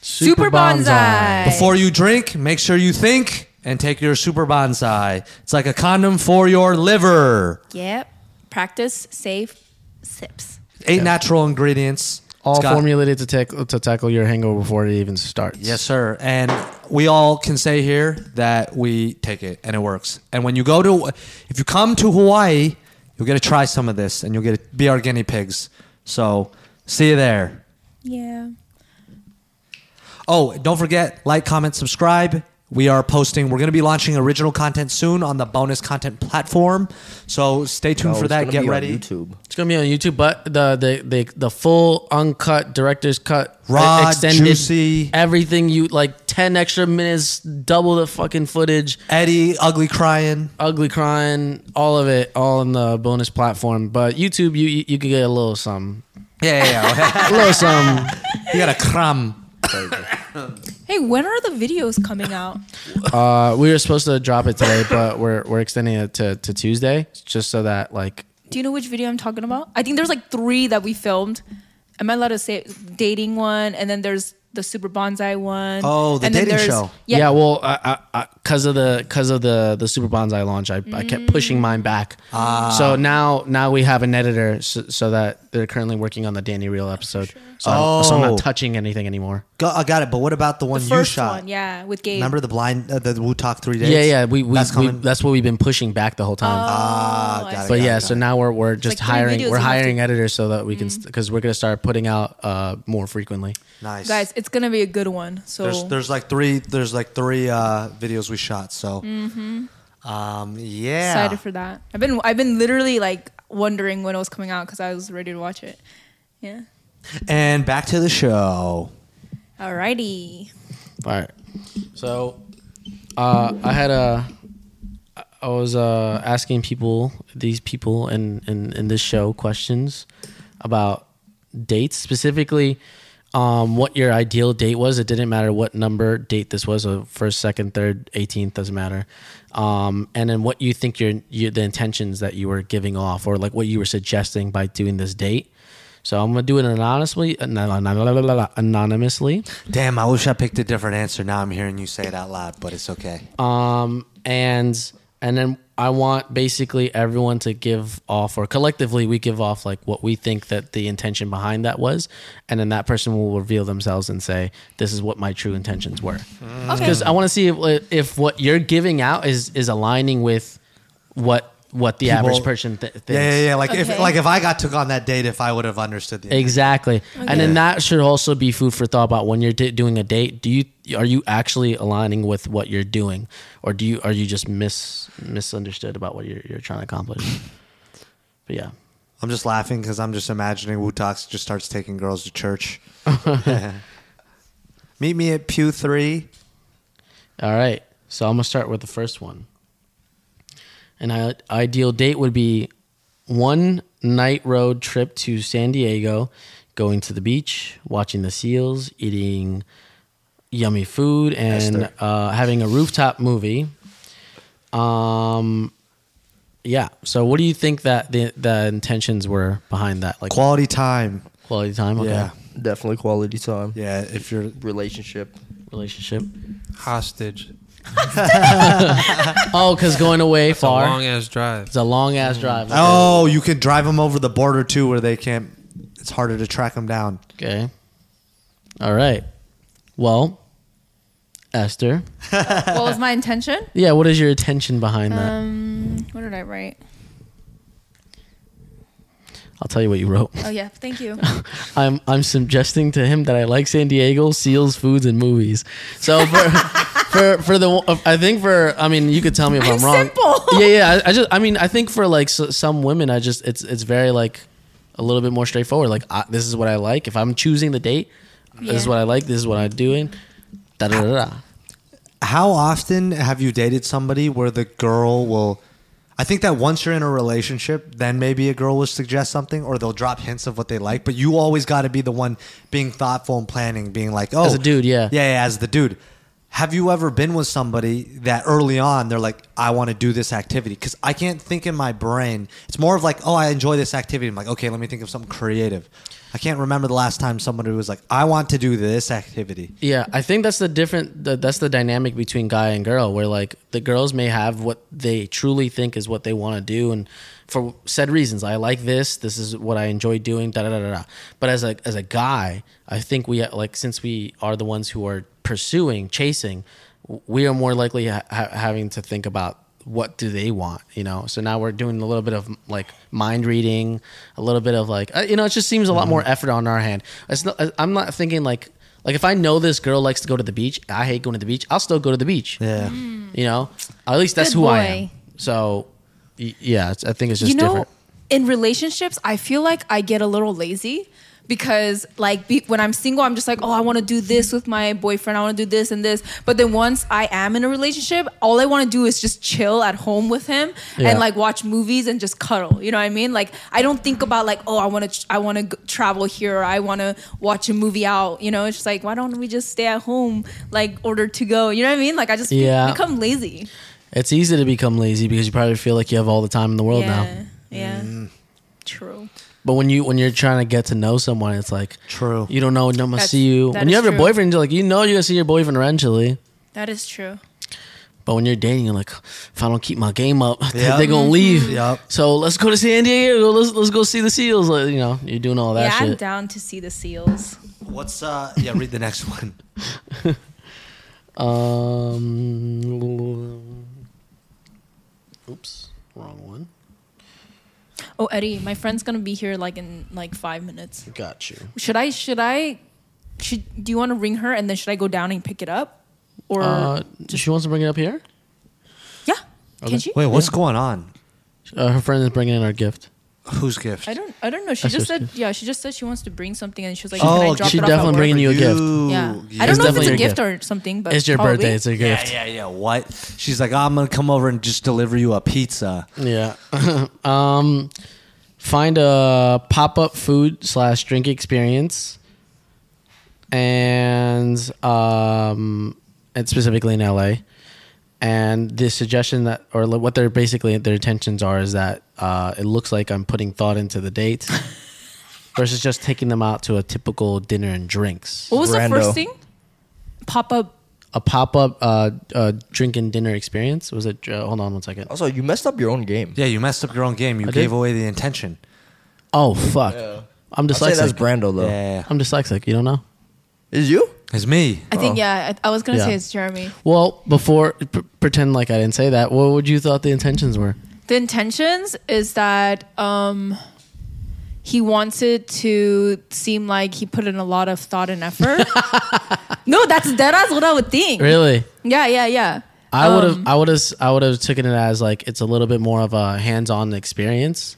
Super, bonsai. Before you drink, make sure you think and take your super bonsai. It's like a condom for your liver. Yep. Practice safe sips. Eight natural ingredients. all It's got- formulated to tackle to tackle your hangover before it even starts. Yes, sir. And we all can say here that we take it and it works. And when you go to, if you come to Hawaii, you'll get to try some of this and you'll get to be our guinea pigs. So see you there. Yeah. Oh, don't forget like, comment, subscribe, We are posting. We're going to be launching original content soon on the bonus content platform. So stay No, tuned Oh, for it's that. gonna Get be on ready. YouTube. It's gonna be on YouTube, but the the the, the full uncut director's cut, e- Raw, juicy. everything you like, ten extra minutes, double the fucking footage, Eddie, ugly crying. ugly crying, all of it, all in the bonus platform. But YouTube, you you, you can get a little something, Yeah, a yeah, little something. yeah. you got a crumb. Hey, when are the videos coming out? Uh, we were supposed to drop it today, but we're we're extending it to, to Tuesday just so that like Do you know which video I'm talking about? I think there's like three that we filmed. Am I allowed to say it? dating one? And then there's the super bonsai one. Oh, the and then dating there's- show. Yeah. Yeah, well, I, I, I, cause of the cause of the the Super Bonsai launch, I, I kept Mm. pushing mine back. Ah. So now now we have an editor, so, so that they're currently working on the Danny Reel episode. So, I'm, so I'm Oh. not touching anything anymore. Go, I got it. But what about the one the you first shot? one. Yeah, with Gabe. Remember the blind, uh, the Wu Talk three days? Yeah, yeah, we we that's that's, we, coming. that's what we've been pushing back the whole time. ah, got it, got but it, yeah, got so it. now we're we're just Oh. like three videos hiring we're you have hiring to- Mm. editors so that we can because we're gonna start putting out uh more frequently. nice Guys, it's gonna be a good one. So There's there's like three there's like three uh, videos we shot. So um, yeah, Mm-hmm. excited for that. I've been I've been literally like wondering when it was coming out because I was ready to watch it. Yeah. and back to the show. Alrighty. All right. So, uh, I had a. I was uh, asking people, these people in, in, in this show, questions about dates, specifically um, what your ideal date was. It didn't matter what number date this was, so first, second, third, 18th, doesn't matter. Um, and then what you think your, your the intentions that you were giving off or like what you were suggesting by doing this date. So I'm gonna do it anonymously, anonymously. Damn, I wish I picked a different answer. Now I'm hearing you say it out loud, but it's okay. um, and and then I want basically everyone to give off, or collectively we give off like what we think that the intention behind that was, and then that person will reveal themselves and say, "This is what my true intentions were." Mm. Because I want to see if, if what you're giving out is is aligning with what what the average person th- thinks. Yeah, yeah, yeah. Like if Okay. like if I got took on that date, if I would have understood the Exactly, and then that should also be food for thought about when you're d- doing a date. Do you are you actually aligning with what you're doing, or do you are you just mis misunderstood about what you're you're trying to accomplish? but yeah, I'm just laughing because I'm just imagining Wu Tox just starts taking girls to church. Meet me at pew three. all right. So I'm gonna start with the first one. An i- ideal date would be one night road trip to San Diego, going to the beach, watching the seals, eating yummy food, and uh, having a rooftop movie. Um, yeah. So, what do you think that the the intentions were behind that? Like Quality time. quality time, okay. Yeah, Definitely quality time. yeah. If you're Relationship. relationship. Hostage. Oh, because going away far. Long ass drive. it's a long ass drive. oh, you can drive them over the border too, where they can't. It's harder to track them down. Okay. All right. Well, Esther. What was my intention? Yeah, what is your intention behind that? Um, what did I write? I'll tell you what you wrote. Oh yeah, thank you. I'm I'm suggesting to him that I like San Diego, seals, foods, and movies. So for for for the I think for I mean you could tell me if I'm, I'm wrong. simple. Yeah, yeah. I, I just I mean I think for like s some women I just it's it's very like a little bit more straightforward. Like I, this is what I like. If I'm choosing the date, this is Yeah. what I like. This is what I'm doing. Da da da da. How often have you dated somebody where the girl will? I think that once you're in a relationship, then maybe a girl will suggest something, or they'll drop hints of what they like. But you always got to be the one being thoughtful and planning, being like, "Oh, As a dude, yeah. yeah, yeah." As the dude, have you ever been with somebody that early on they're like, "I want to do this activity"? Because I can't think in my brain. It's more of like, "Oh, I enjoy this activity." I'm like, "Okay, let me think of something creative." I can't remember the last time somebody was like, "I want to do this activity." Yeah, I think that's the different. The, that's the dynamic between guy and girl, where like the girls may have what they truly think is what they want to do, and for said reasons, I like this. This is what I enjoy doing. Da da da da. da. But as a as a guy, I think we like since we are the ones who are pursuing, chasing, we are more likely ha- ha- having to think about what do they want you know so now we're doing a little bit of like mind reading a little bit of like uh, you know it just seems a lot more effort on our hand it's not, i'm not thinking like Like if I know this girl likes to go to the beach, I hate going to the beach. I'll still go to the beach. Yeah. You know, at least that's Mm. Good who I boy. am. So, y- yeah, it's, I think it's just you know, different. in relationships, I feel like I get a little lazy because, like, be, when I'm single, I'm just like, oh, I want to do this with my boyfriend. I want to do this and this. But then once I am in a relationship, all I want to do is just chill at home with him Yeah. and like watch movies and just cuddle. You know what I mean? Like, I don't think about like, oh, I want to, I want to travel here. Or I want to watch a movie out. You know, it's just like, why don't we just stay at home, like order to go? You know what I mean? Like, I just be- Yeah. become lazy. It's easy to become lazy because you probably feel like you have all the time in the world yeah. now. Yeah. True. But when you when you're trying to get to know someone, it's like True. you don't know when I'm gonna That's- see you. that When you is have your true. boyfriend, you're like you know you're gonna see your boyfriend eventually. That is true. But when you're dating, you're like, if I don't keep my game up, Yep. they're gonna leave. Mm-hmm. Yep. So let's go to San Diego. Let's let's go see the seals. Like, you know, you're doing all that yeah, shit. I'm down to see the seals. What's uh? Yeah, read the next one. Um. Oops, wrong one. Oh, Eddie, my friend's gonna be here like in like five minutes. Got you. Should I? Should I? Should do you want to ring her and then should I go down and pick it up? Or Uh, she wants to bring it up here. yeah, can she? Wait, what's going on? Uh, her friend is bringing in our gift. Whose gift? I don't. I don't know. She That's just what said. Yeah, she just said she wants to bring something and she was like, Oh, "Can I drop she it off at definitely work?" bringing you a gift. Yeah, yeah. I don't know definitely if it's a your gift, gift. or something, but It's your probably. birthday. It's a Yeah, gift. yeah, yeah. What? She's like, I'm gonna come over and just deliver you a pizza. Yeah. um, find a pop up food slash drink experience, and um, and specifically in LA. And the suggestion that, or li- what they're basically their intentions are, is that uh, it looks like I'm putting thought into the date, versus just taking them out to a typical dinner and drinks. What was the Brando. first thing? Pop up. A pop up uh, uh, drink and dinner experience was it? Uh, hold on one second. Also, you messed up your own game. Yeah, you messed up your own game. You I did? gave away the intention. Oh fuck! I'm I'd say that's dyslexic. Brando though. Yeah, I'm dyslexic. You don't know. Is you? it's me. I think yeah. I, I was gonna Oh. Yeah. say it's Jeremy. Well, before p- pretend like I didn't say that. What would you thought the intentions were? The intentions is that um, he wants it to seem like he put in a lot of thought and effort. no, that's dead ass what I would think. Really? Yeah, yeah, Uh, yeah. I would have. I would have. I would have taken it as like it's a little bit more of a hands-on experience,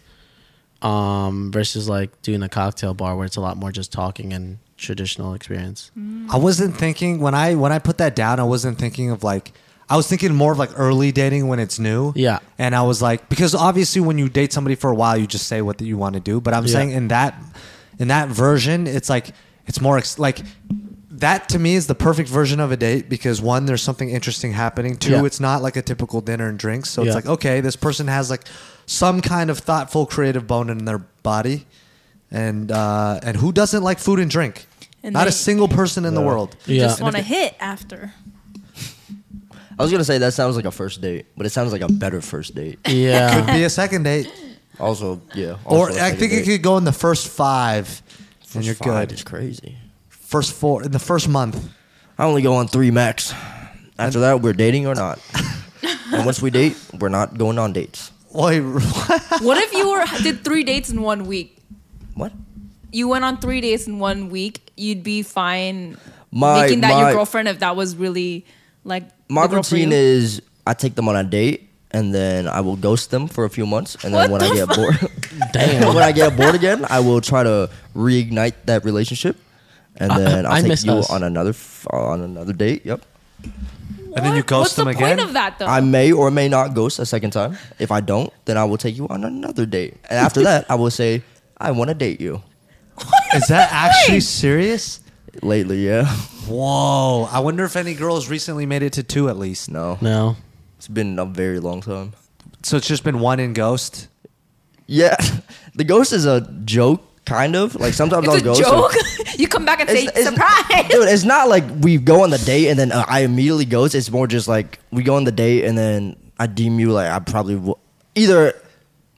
um, versus like doing a cocktail bar where it's a lot more just talking and traditional experience. I wasn't thinking when I when I put that down. I wasn't thinking of like I was thinking more of like early dating when it's new. Yeah. and I was like because obviously when you date somebody for a while, you just say what you want to do. But I'm Yeah. saying in that in that version, it's like it's more ex- like that to me is the perfect version of a date because one, there's something interesting happening. Two, Yeah. it's not like a typical dinner and drinks. So Yeah. it's like okay, this person has like some kind of thoughtful, creative bone in their body. And uh, and who doesn't like food and drink? And Not a they- single person in the world. You Yeah. just want to hit after. I was gonna say that sounds like a first date, but it sounds like a better first date. Yeah. Could be a second date, Also, yeah. or also a I second think date. it could go in the first five, and First you're five good. is crazy. First four in the first month. I only go on three max. After that, we're dating or not. and once we date, we're not going on dates. Wait, What if you were did three dates in one week? What? You went on three dates in one week. You'd be fine My making that my your girlfriend if that was really like my the girl for routine you. is I take them on a date and then I will ghost them for a few months and then What when I the get bored, Damn. when I get bored again, I will try to reignite that relationship. And then I'll I take miss you us. on another f- on another date. Yep. and then What? you What's ghost the them again. point of that though? I may or may not ghost a second time. If I don't, then I will take you on another date. And after that, I will say, I want to date you. Is that actually serious? Lately, yeah. Whoa! I wonder if any girls recently made it to two at least. No, no. it's been a very long time. So it's just been one in ghost. Yeah, the ghost is a joke, kind of. Like sometimes it's I'll a ghost. her. joke. you come back and say surprise. Dude, it's not like we go on the date and then uh, I immediately ghost. It's more just like we go on the date and then I deem you like I probably w- either.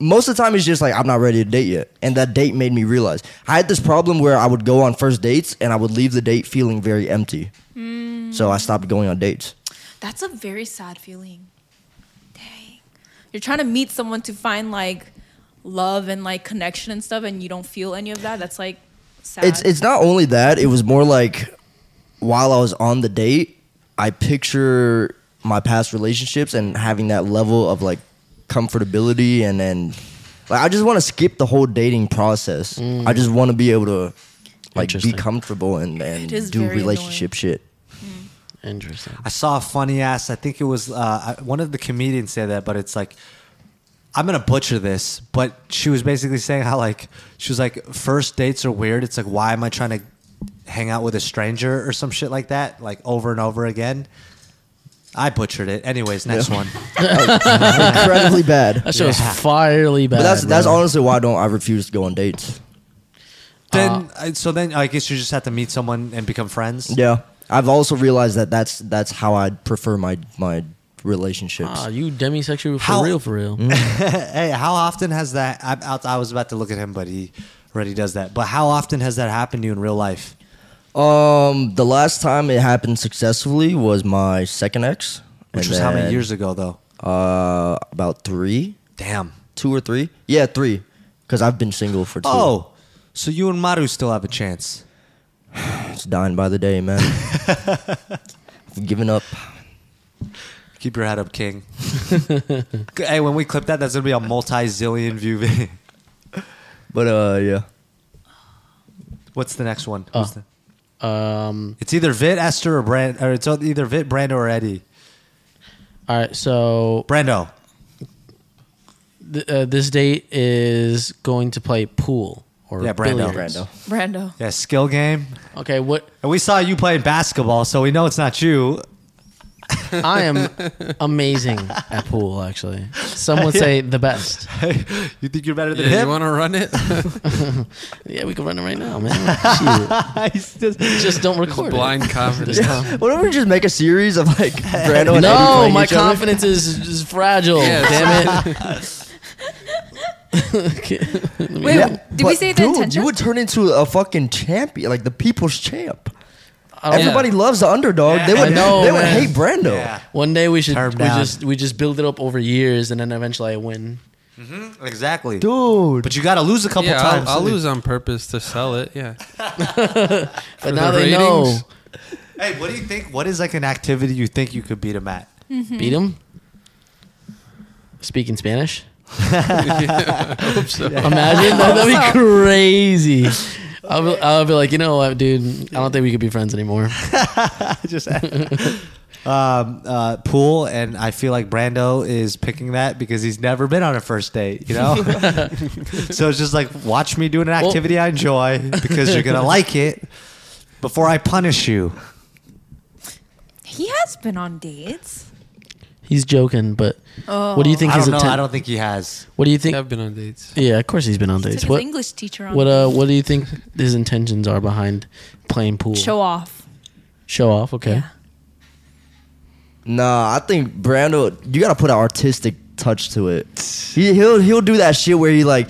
Most of the time, it's just like I'm not ready to date yet, and that date made me realize I had this problem where I would go on first dates and I would leave the date feeling very empty. Hmm. So I stopped going on dates. That's a very sad feeling. Dang. You're trying to meet someone to find like love and like connection and stuff, and you don't feel any of that. That's like sad. It's it's not only that; it was more like while I was on the date, I picture my past relationships and having that level of like comfortability and then like I just want to skip the whole dating process. I just want to be able to like be Mm. Interesting. comfortable and, and It is do very relationship shit. Interesting. I saw a funny ass. I think it was uh, I- one of the comedians said that, but it's like I'm gonna butcher this. But she was basically saying how like she was like first dates are weird. It's like why am I trying to hang out with a stranger or some shit like that, like over and over again. I butchered it. Anyways, next one. Incredibly bad. That shit was Yeah. fierely bad. But that's that's bro. honestly why I don't I refuse to go on dates. Then I so then I guess you just have to meet someone and become friends. Uh, Yeah, I've also realized that that's that's how I prefer my my relationships. Ah, you demisexual for How- Mm. real, for real. Mm-hmm. hey, how often has that? I, I, I was about to look at him, but he already does that. But how often has that happened to you in real life? Um, the last time it happened successfully was my second ex, Which and was how many then, years ago, though? Uh, about three, Damn. two or three. Yeah, three. Because I've been single for two. Oh, so you and Maru still have a chance. It's dying by the day, man. I've given up. Keep your head up, King. hey, when we clip that, that's gonna be a multi-zillion view video. But uh, yeah. What's the next one? Who's Oh. Uh, the- Um, it's either Vit, Esther, or Brand, or it's either Vit, Brando, or Eddie. all right, so Brando. th- uh, this date is going to play pool or Yeah, Brando. billiards. Brando. Brando. Yeah, skill game. Okay, what And we saw you playing basketball, so we know it's not you. I am amazing at pool. Actually, some would say the best. you think you're better than Yeah, you him? want to run it? Yeah, we can run it right now, man. Shoot. He's just- Just don't record Blind it. confidence. Just don't- What if we just make a series of like Brando and Eddie No, playing my each other? confidence is, is fragile. Yeah, Damn it. Okay. Wait, did we But, say the dude, intention? you would turn into a fucking champion, like the people's champ. Oh, I don't- Everybody loves the underdog. They I would, know, they would man. hate Brando. yeah, One day we should Term we down. just we just build it up over years, and then eventually I win. exactly. Dude, But you gotta lose a couple yeah, times. I'll, I'll lose on purpose to sell it. Yeah. But now the they know. Mm-hmm. ratings? Hey, what do you think? What is like an activity you think you could beat him at? Beat him. Speaking Spanish. Imagine that, that'd be crazy. I'll be, I'll be like, you know what, dude? I don't think we could be friends anymore. just um, uh, pool, and I feel like Brando is picking that because he's never been on a first date, you know. so it's just like watch me doing an activity I enjoy because you're gonna like it before I punish you. He has been on dates. He's joking, but what do you think Oh. I his don't know. intent? I don't think he has. what do you Yeah, think? I've been on dates. Yeah, of course he's been on Took dates. his What English teacher on what uh what do you think his intentions are behind playing pool? show off. Show off, okay. Yeah. nah, I think Brando, you gotta put an artistic touch to it. He, he'll he'll do that shit where he like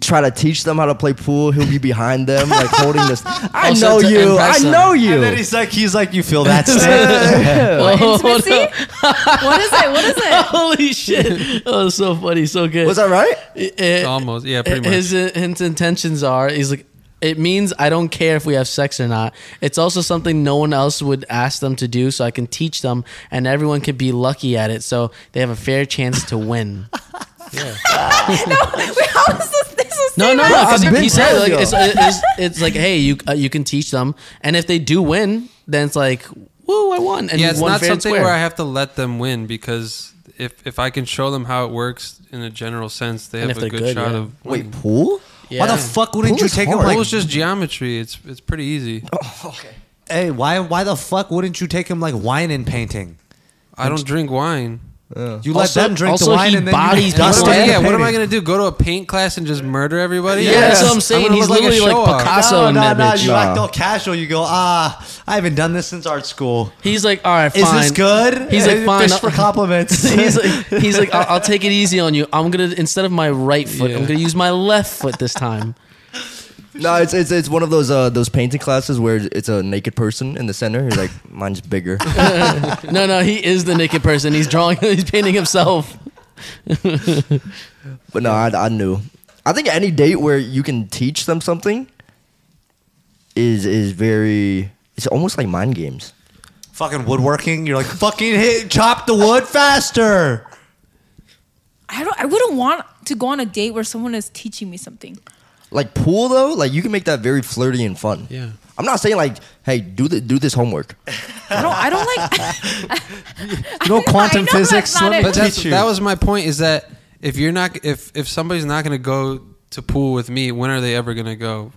try to teach them how to play pool. He'll be behind them, like holding this. Oh, I Also know to you. I impress them. know And then you. he's like, he's like, you feel that? Stan?" Oh, Intimacy? what is it? What is it? Holy shit! Oh, was so funny, so good. Was that right? It- Almost. Yeah, pretty much. his uh, his intentions are he's like it means I don't care if we have sex or not. It's also something no one else would ask them to do, so I can teach them, and everyone could be lucky at it, so they have a fair chance to win. Wait, how is this? This is No, no, no. I've Because been he said like telling it's, it's, it's like hey, you uh, you can teach them, and if they do win, then it's like woo, I won. And yeah, you it's won not fair and something square. where I have to let them win because if if I can show them how it works in a general sense, they And if have a they're good, good, shot yeah. of Wait, winning. pool? yeah. Why the fuck wouldn't Pool you is take him? hard. Well, Like, it's just geometry. It's it's pretty easy. Oh. hey, why? Why the fuck wouldn't you take him like wine and painting? I don't drink wine. You let Also- them drink the also wine he and then you bodies dust What am I- it. yeah, what am I gonna do? Go to a paint class and just murder everybody? Yeah, that's what I'm saying. gonna He's look literally like, a show-off. Picasso. No, in no, that no. bitch. You Nah. act all casual. You go, ah, I haven't done this since art school. He's like, all right, fine. Is this good? He's like, Eh, fine. Fish for compliments. he's like, he's like, I'll, I'll take it easy on you. I'm gonna instead of my right foot, I'm Yeah. gonna use my left foot this time. No, it's it's it's one of those uh those painting classes where it's a naked person in the center. He's like, mine's bigger. No, no, he is the naked person. He's drawing. He's painting himself. But no, I, I knew. I think any date where you can teach them something is is very it's almost like mind games. Fucking woodworking. You're like fucking hit, chop the wood faster. I don't. I wouldn't want to go on a date where someone is teaching me something. Like pool though, like you can make that very flirty and fun. Yeah. I'm not saying like, hey, do the, do this homework. I don't. I don't like. No I quantum know physics. that's not Let it. me But teach that's, you. that was my point. Is that if you're not if if somebody's not gonna go to pool with me, when are they ever gonna go?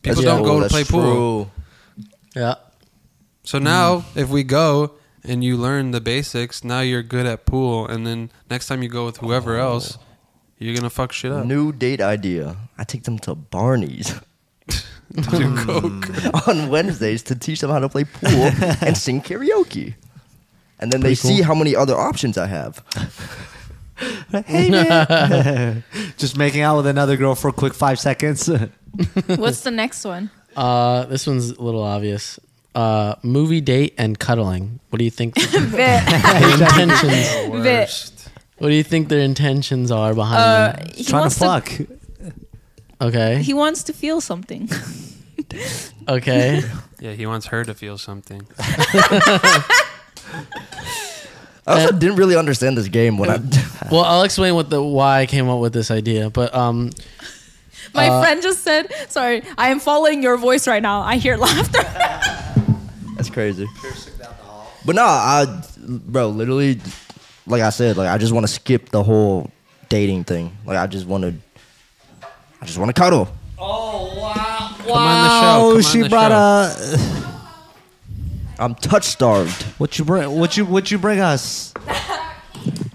People That's don't true, go to that's play pool. true. Yeah. So now, if we go and you learn the basics, now you're good at pool, and then next time you go with whoever Oh. else, you're gonna fuck shit up. New date idea. I take them to Barney's Do coke. on Wednesdays to teach them how to play pool and sing karaoke. And then they see how many other options I have. Hey, man. Just making out with another girl for a quick five seconds. What's the next one? Uh, this one's a little obvious. Uh, movie date and cuddling. What do you think their Bit. intentions? Bit. What do you think their intentions are behind Uh, that? he Trying wants to fuck. Okay. He wants to feel something. okay. Yeah, he wants her to feel something. I also didn't really understand this game when I. Well, I'll explain what the why I came up with this idea, but um, My friend just said, "Sorry, I am following your voice right now. I hear laughter." That's crazy. But nah, I, bro, literally, like I said, like I just want to skip the whole dating thing. Like I just want to, I just want to cuddle. Come on the show. Come on she the brought uh, show. a. I'm touch starved. What you bring? What you what you bring us?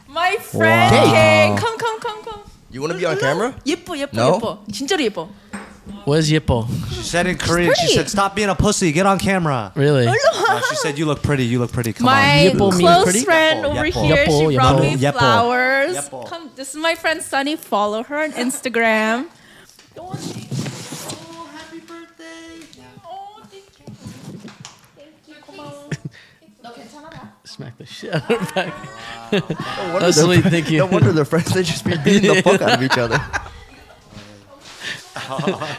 My friend Wow. came. Come, come, come, come. You want to be on camera? 예뻐, 예뻐, No? 예뻐. 진짜로 예뻐. where's Yippo? She said in Korean. She pretty. said, "Stop being a pussy. Get on camera." Really? Oh, Uh, she said, "You look pretty. You look pretty. Come my Yepo means close pretty? friend Yepo, over yepo. here, Yepo, she brought me yepo. Yepo. flowers. Yepo. Come, this is my friend Sunny. Follow her on Instagram. Smack the shit out of her back. No wonder, That's they're- sweet. Thank no you. wonder they're friends. They just be beating the fuck out of each other.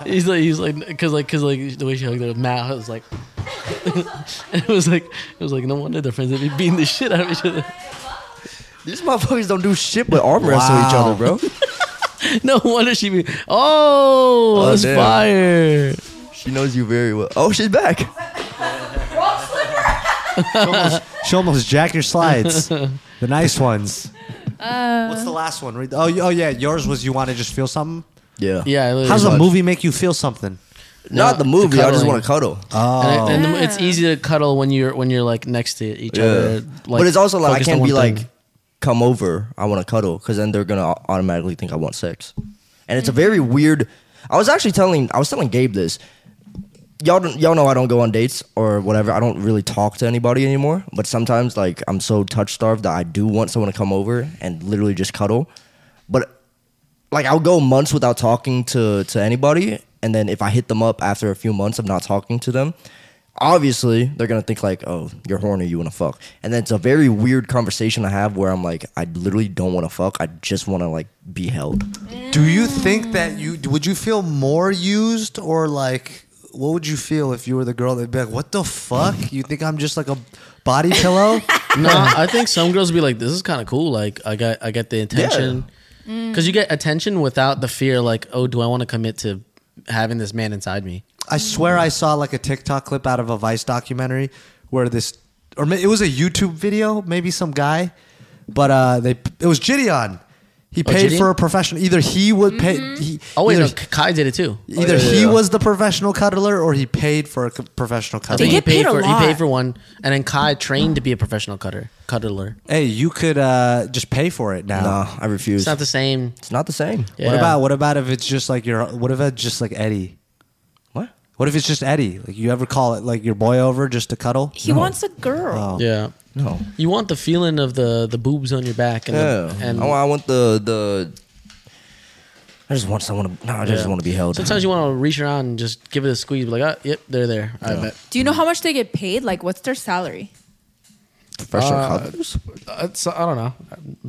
He's like, he's like, because like, because like the way she hugged her, Matt was like, it was like, it was like, no wonder their friends would be beating the shit out of each other. These motherfuckers don't do shit but arm wrestle each Wow. other, bro. No wonder she be, oh, Oh, that's damn. fire. She knows you very well. Oh, she's back. on." She almost jacked your slides. the nice ones. What's the last one? Read- Oh, y- oh yeah. Yours was you want to just feel something. Yeah. Yeah. I How's literally- a movie make you feel something? Not the movie. I just cuddling. want to cuddle. And, it- and the- it's easy to cuddle when you're when you're like next to each other. Like, but it's also like I focused on can't be one thing. like, come over. I want to cuddle because then they're gonna au- automatically think I want sex, and it's a very weird. I was actually telling I was telling Gabe this. Y'all don't, y'all know I don't go on dates or whatever. I don't really talk to anybody anymore. But sometimes like I'm so touch starved that I do want someone to come over and literally just cuddle. But like I'll go months without talking to to anybody, and then if I hit them up after a few months of not talking to them, obviously they're gonna think like, "Oh, you're horny, you wanna fuck," and then it's a very weird conversation I have where I'm like, I literally don't wanna fuck, I just wanna like be held. Do you think that you would you feel more used or like what would you feel if you were the girl that'd be like, what the fuck? You think I'm just like a body pillow? No, I think some girls be like, "This is kind of cool. Like, I got, I get the attention, Mm. because you get attention without the fear. Like, oh, do I want to commit to having this man inside me? I swear I saw like a TikTok clip out of a Vice documentary where this, or ma- it was a YouTube video, maybe some guy, but uh, they it was Gideon. He paid Oh, Gideon? for a professional. Either he would pay. Mm-hmm. He, Oh wait, either, no, K- Kai did it too. either he was the professional cuddler or he paid for a co- professional I cuddler. think They he get paid paid a for lot. he paid for one, and then Kai trained to be a professional cutter cuddler. hey, you could uh, just pay for it now. Nah, I refuse. It's not the same. same. What Yeah. about what about if it's just like your? What if it's just like Eddie? What? What if it's just Eddie? Like you ever call it like your boy over just to cuddle? He wants a girl. Yeah, No. you want the feeling of the the boobs on your back and Oh, Yeah. the, and. I, want, I want the the. I just want someone to. No, I just yeah. want to be held. Sometimes you want to reach around and just give it a squeeze, be like, oh, yep, they're there. I bet. Do you know how much they get paid? Like, what's their salary? professional cuddlers. Uh, it's- I don't know.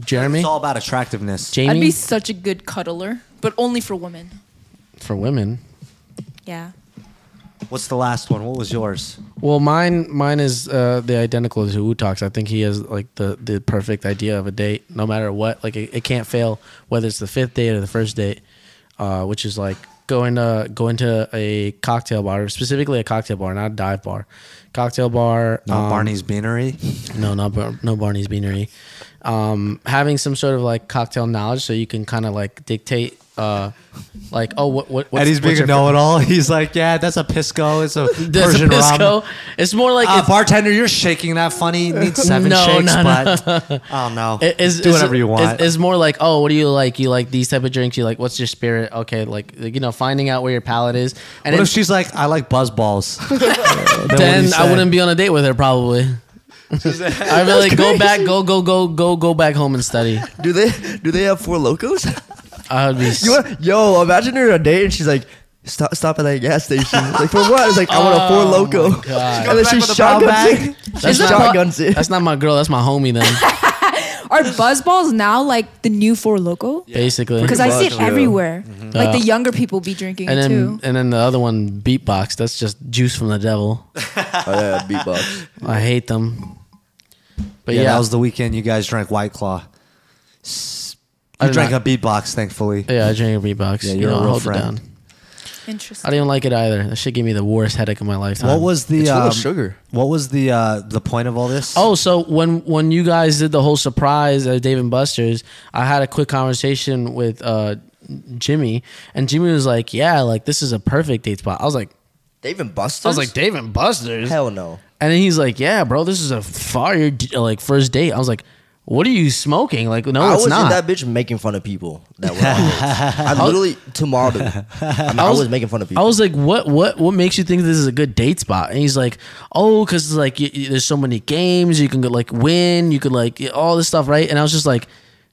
Jeremy, It's all about attractiveness. Jamie, I'd be such a good cuddler, but only for women. for women. Yeah. What's the last one? What was yours? Well, mine mine is uh, the identical to Wu Talks. I think he has like the, the perfect idea of a date, no matter what. Like it, it can't fail, whether it's the fifth date or the first date, uh, which is like going to going to a cocktail bar, specifically a cocktail bar, not a dive bar. Cocktail bar. No, um, Barney's Beanery. No, not Bar- no Barney's Beanery. Um, having some sort of like cocktail knowledge, so you can kind of like dictate, uh, like oh what what what's, Eddie's what's being a your- know-it-all. He's like, yeah, that's a pisco. It's a There's a Persian pisco. rum. It's more like Uh, it's- bartender, you're shaking that funny. You need seven No, shakes, no, no. but I don't know. It- it's- Do it's- whatever you want. It's, it's more like, oh, what do you like? You like these type of drinks? You like, what's your spirit? Okay, like, like, you know, finding out where your palate is. And what it- if she's like, I like buzz balls? Then what do you then say? I wouldn't be on a date with her probably. I'd be like, go back, go, go, go, go, go back home and study. Do they do they have four locos? I would be. s- You want, yo, imagine her on a date and she's like, stop, stop at that gas station. like for what? It's like I want a four loco. Oh God. And then she Comes back with a brown shotguns it. She That's not- shotguns it. That's not my girl. That's my homie then, Are buzzballs now like the new Four Loco? basically. Because I see it much, yeah. everywhere. Like Mm-hmm. Yeah. the younger people be drinking and it then too. and then the other one beatbox. That's just juice from the devil. Oh, yeah, beatbox. I hate them. But Yeah, yeah, that was the weekend you guys drank White Claw. I You did drank not- a beatbox, thankfully. yeah, I drank a beatbox. Yeah, you you're know, a I real hold it friend. down. I Interesting. didn't like it either. That shit gave me the worst headache of my lifetime. What was the It's full of um, sugar. What was the uh, the point of all this? Oh, so when when you guys did the whole surprise at Dave and Buster's, I had a quick conversation with uh, Jimmy, and Jimmy was like, "Yeah, like this is a perfect date spot." I was like, Dave and Buster's. "I was like Dave and Buster's," hell no. and then he's like, "Yeah, bro, this is a fire d- like first date." I was like, "What are you smoking?" Like, no, I Oh, it's was in not. that bitch making fun of people. That were on dates. I literally tomorrow. I, mean, I was, was- making fun of people. I was like, "What? What? What makes you think this is a good date spot?" And he's like, "Oh, because like y y- there's so many games you can go, like win, you could like y- all this stuff, right?" And I was just like,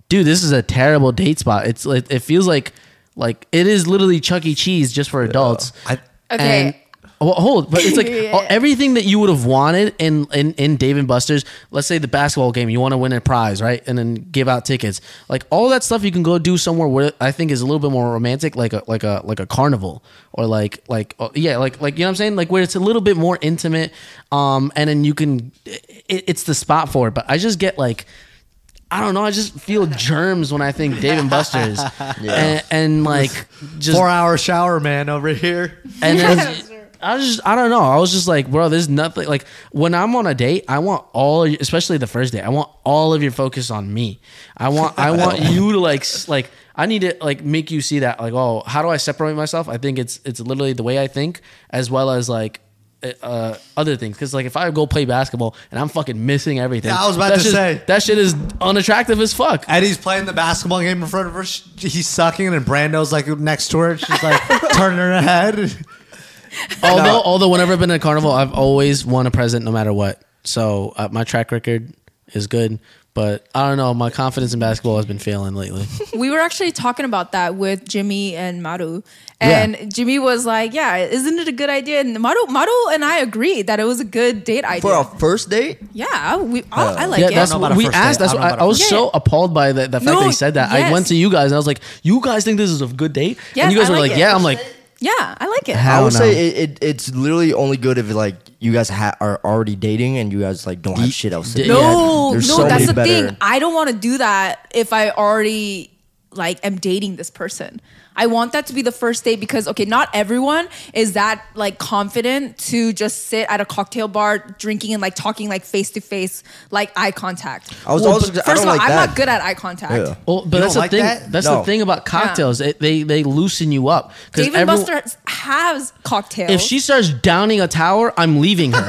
"Dude, this is a terrible date spot. It's like it feels like like it is literally Chuck E. Cheese just for adults." I, Okay. And- well, hold, but it's like Yeah. all- everything that you would have wanted in, in in Dave and Buster's. Let's say the basketball game, you want to win a prize, right? And then give out tickets, like all that stuff. You can go do somewhere where I think is a little bit more romantic, like a like a like a carnival or like like uh, yeah, like like you know what I'm saying, like where it's a little bit more intimate. Um, and then you can, it, it's the spot for it. But I just get like I don't know. I just feel germs when I think Dave and Buster's, and, and like just four hour shower man over here. and then I was just I don't know. I was just like, bro, there's nothing like when I'm on a date, I want all of your- especially the first date, I want all of your focus on me. I want I want you to like s- like I need to like make you see that like, oh, how do I separate myself? I think it's it's literally the way I think as well as like uh, other things because like if I go play basketball and I'm fucking missing everything, Yeah, I was about that to shit- say. that shit is unattractive as fuck. Eddie's playing the basketball game in front of her. Sh- He's sucking, and Brando's like next to her. and She's like turning her head. although although whenever I've been at a carnival, I've always won a present no matter what. So uh, my track record is good, but I don't know. My confidence in basketball has been failing lately. we were actually talking about that with Jimmy and Maru. And Jimmy was like, Yeah, isn't it a good idea? And Maru, Maru and I agreed that it was a good date idea. for a first date. yeah, we, I, I like yeah, it. that's I don't know what about a we first asked. date. That's I what don't I, know about I a was first so date. appalled by the, the fact No, that he said that. I yes. went to you guys and I was like, "You guys think this is a good date?" Yes, and you guys I were like like, it. "Yeah." I'm like, yeah, I like it. I I would don't know. say it, it, it's literally only good if like you guys ha- are already dating and you guys like don't have shit else. To do. No, no, There's so that's many the better- thing. I don't want to do that if I already like am dating this person. I want that to be the first date because okay, not everyone is that like confident to just sit at a cocktail bar drinking and like talking like face to face, like eye contact. I was also- I first don't of all, like I'm that. not good at eye contact. Yeah. "Well, "Oh," but that's You don't the like thing. that? That's No. the thing about cocktails. It, they they loosen you up because Dave and Buster has cocktails. If she starts downing a tower, I'm leaving her.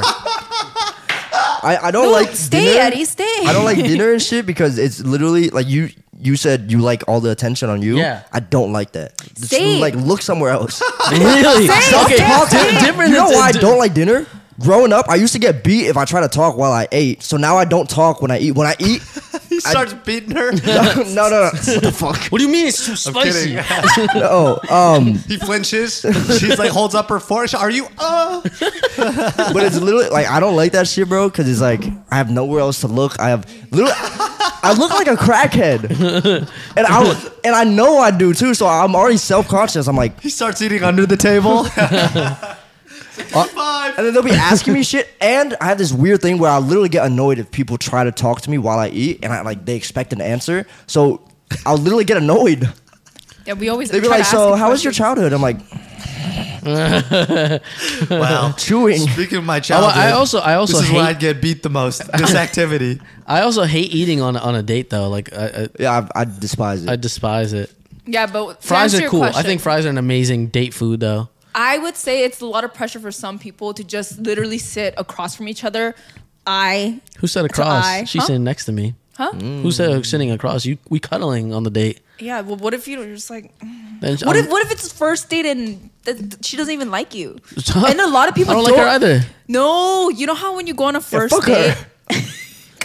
I, I don't No, like stay, dinner. Eddie, stay. I don't like dinner and shit because it's literally like you you said you like all the attention on you. Yeah. I don't like that. Just, Stay. Like look somewhere else. really? Stop okay, talking. di- different. you know than- why I di- don't like dinner? Growing up, I used to get beat if I try to talk while I ate. So now I don't talk when I eat. When I eat, He starts beating her. no, no, no. What the fuck? What do you mean it's too spicy? kidding. No. Um, He flinches. She's like holds up her fork. Are you? Uh. but it's literally like I don't like that shit, bro. Because it's like I have nowhere else to look. I have literally, I look like a crackhead, and I and I know I do too. So I'm already self conscious. I'm like, He starts eating under the table. Uh, and then they'll be asking me shit. And I have this weird thing where I literally get annoyed if people try to talk to me while I eat, and I like they expect an answer. So I'll literally get annoyed. Yeah, we always. They'd be try like, to "So ask how was your questions. childhood?" I'm like, Wow. Chewing. Speaking of my childhood, Oh, I also- I also this is where hate- I get beat the most. This activity. I also hate eating on on a date though. Like I "Yeah, I, I despise it." I, I despise it. Yeah, but to Fries answer are your cool. I question, think fries are an amazing date food though. I would say it's a lot of pressure for some people to just literally sit across from each other. I Who said That's a across? lie. She's Huh? sitting next to me. huh? Who said sitting across? You we cuddling on the date. Yeah. Well, what if you- you're just like, Then what I'm- if what if it's first date and th- she doesn't even like you? and a lot of people I don't like her either. No, you know how when you go on a first fuck her. date.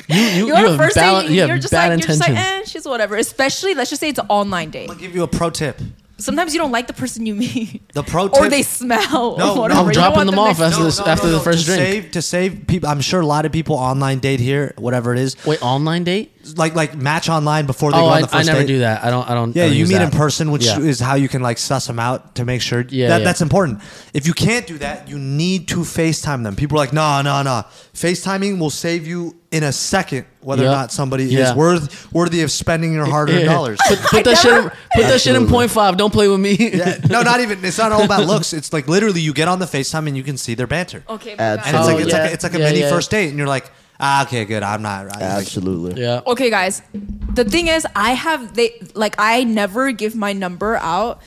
You, on you a have first bala- date, you you have are just bad like you're just intentions. like, eh, she's whatever. Especially, let's just say it's an online date. I'll give you a pro tip. Sometimes you don't like the person you meet, The pro tip. or they smell. No, no, or whatever. I'm You don't dropping want them off next- after this- after the first to drink. Save, to save people, I'm sure a lot of people online date here, whatever it is, Wait, online date? like like match online before they oh, go on I, the first I never date. do that. I don't. I don't. I Yeah, don't you use meet in that. person, which Yeah. is how you can like suss them out to make sure. Yeah, that, yeah. that's important. If you can't do that, you need to FaceTime them. People are like, no, no, no. FaceTiming will save you in a second whether Yeah. or not somebody Yeah. is worth worthy of spending your hard-earned Yeah. dollars. Put, put that shit. in- never- Put that shit in Absolutely. point five. Don't play with me. Yeah, no, not even. It's not all about looks. It's like literally, you get on the FaceTime and you can see their banter. Okay, but Add guys- And it's Oh, like it's yeah. like a, it's like a Yeah, mini yeah. first date, and you're like, ah, okay, good. I'm not. I'm like, Absolutely. Yeah. okay, guys. The thing is, I have they like I never give my number out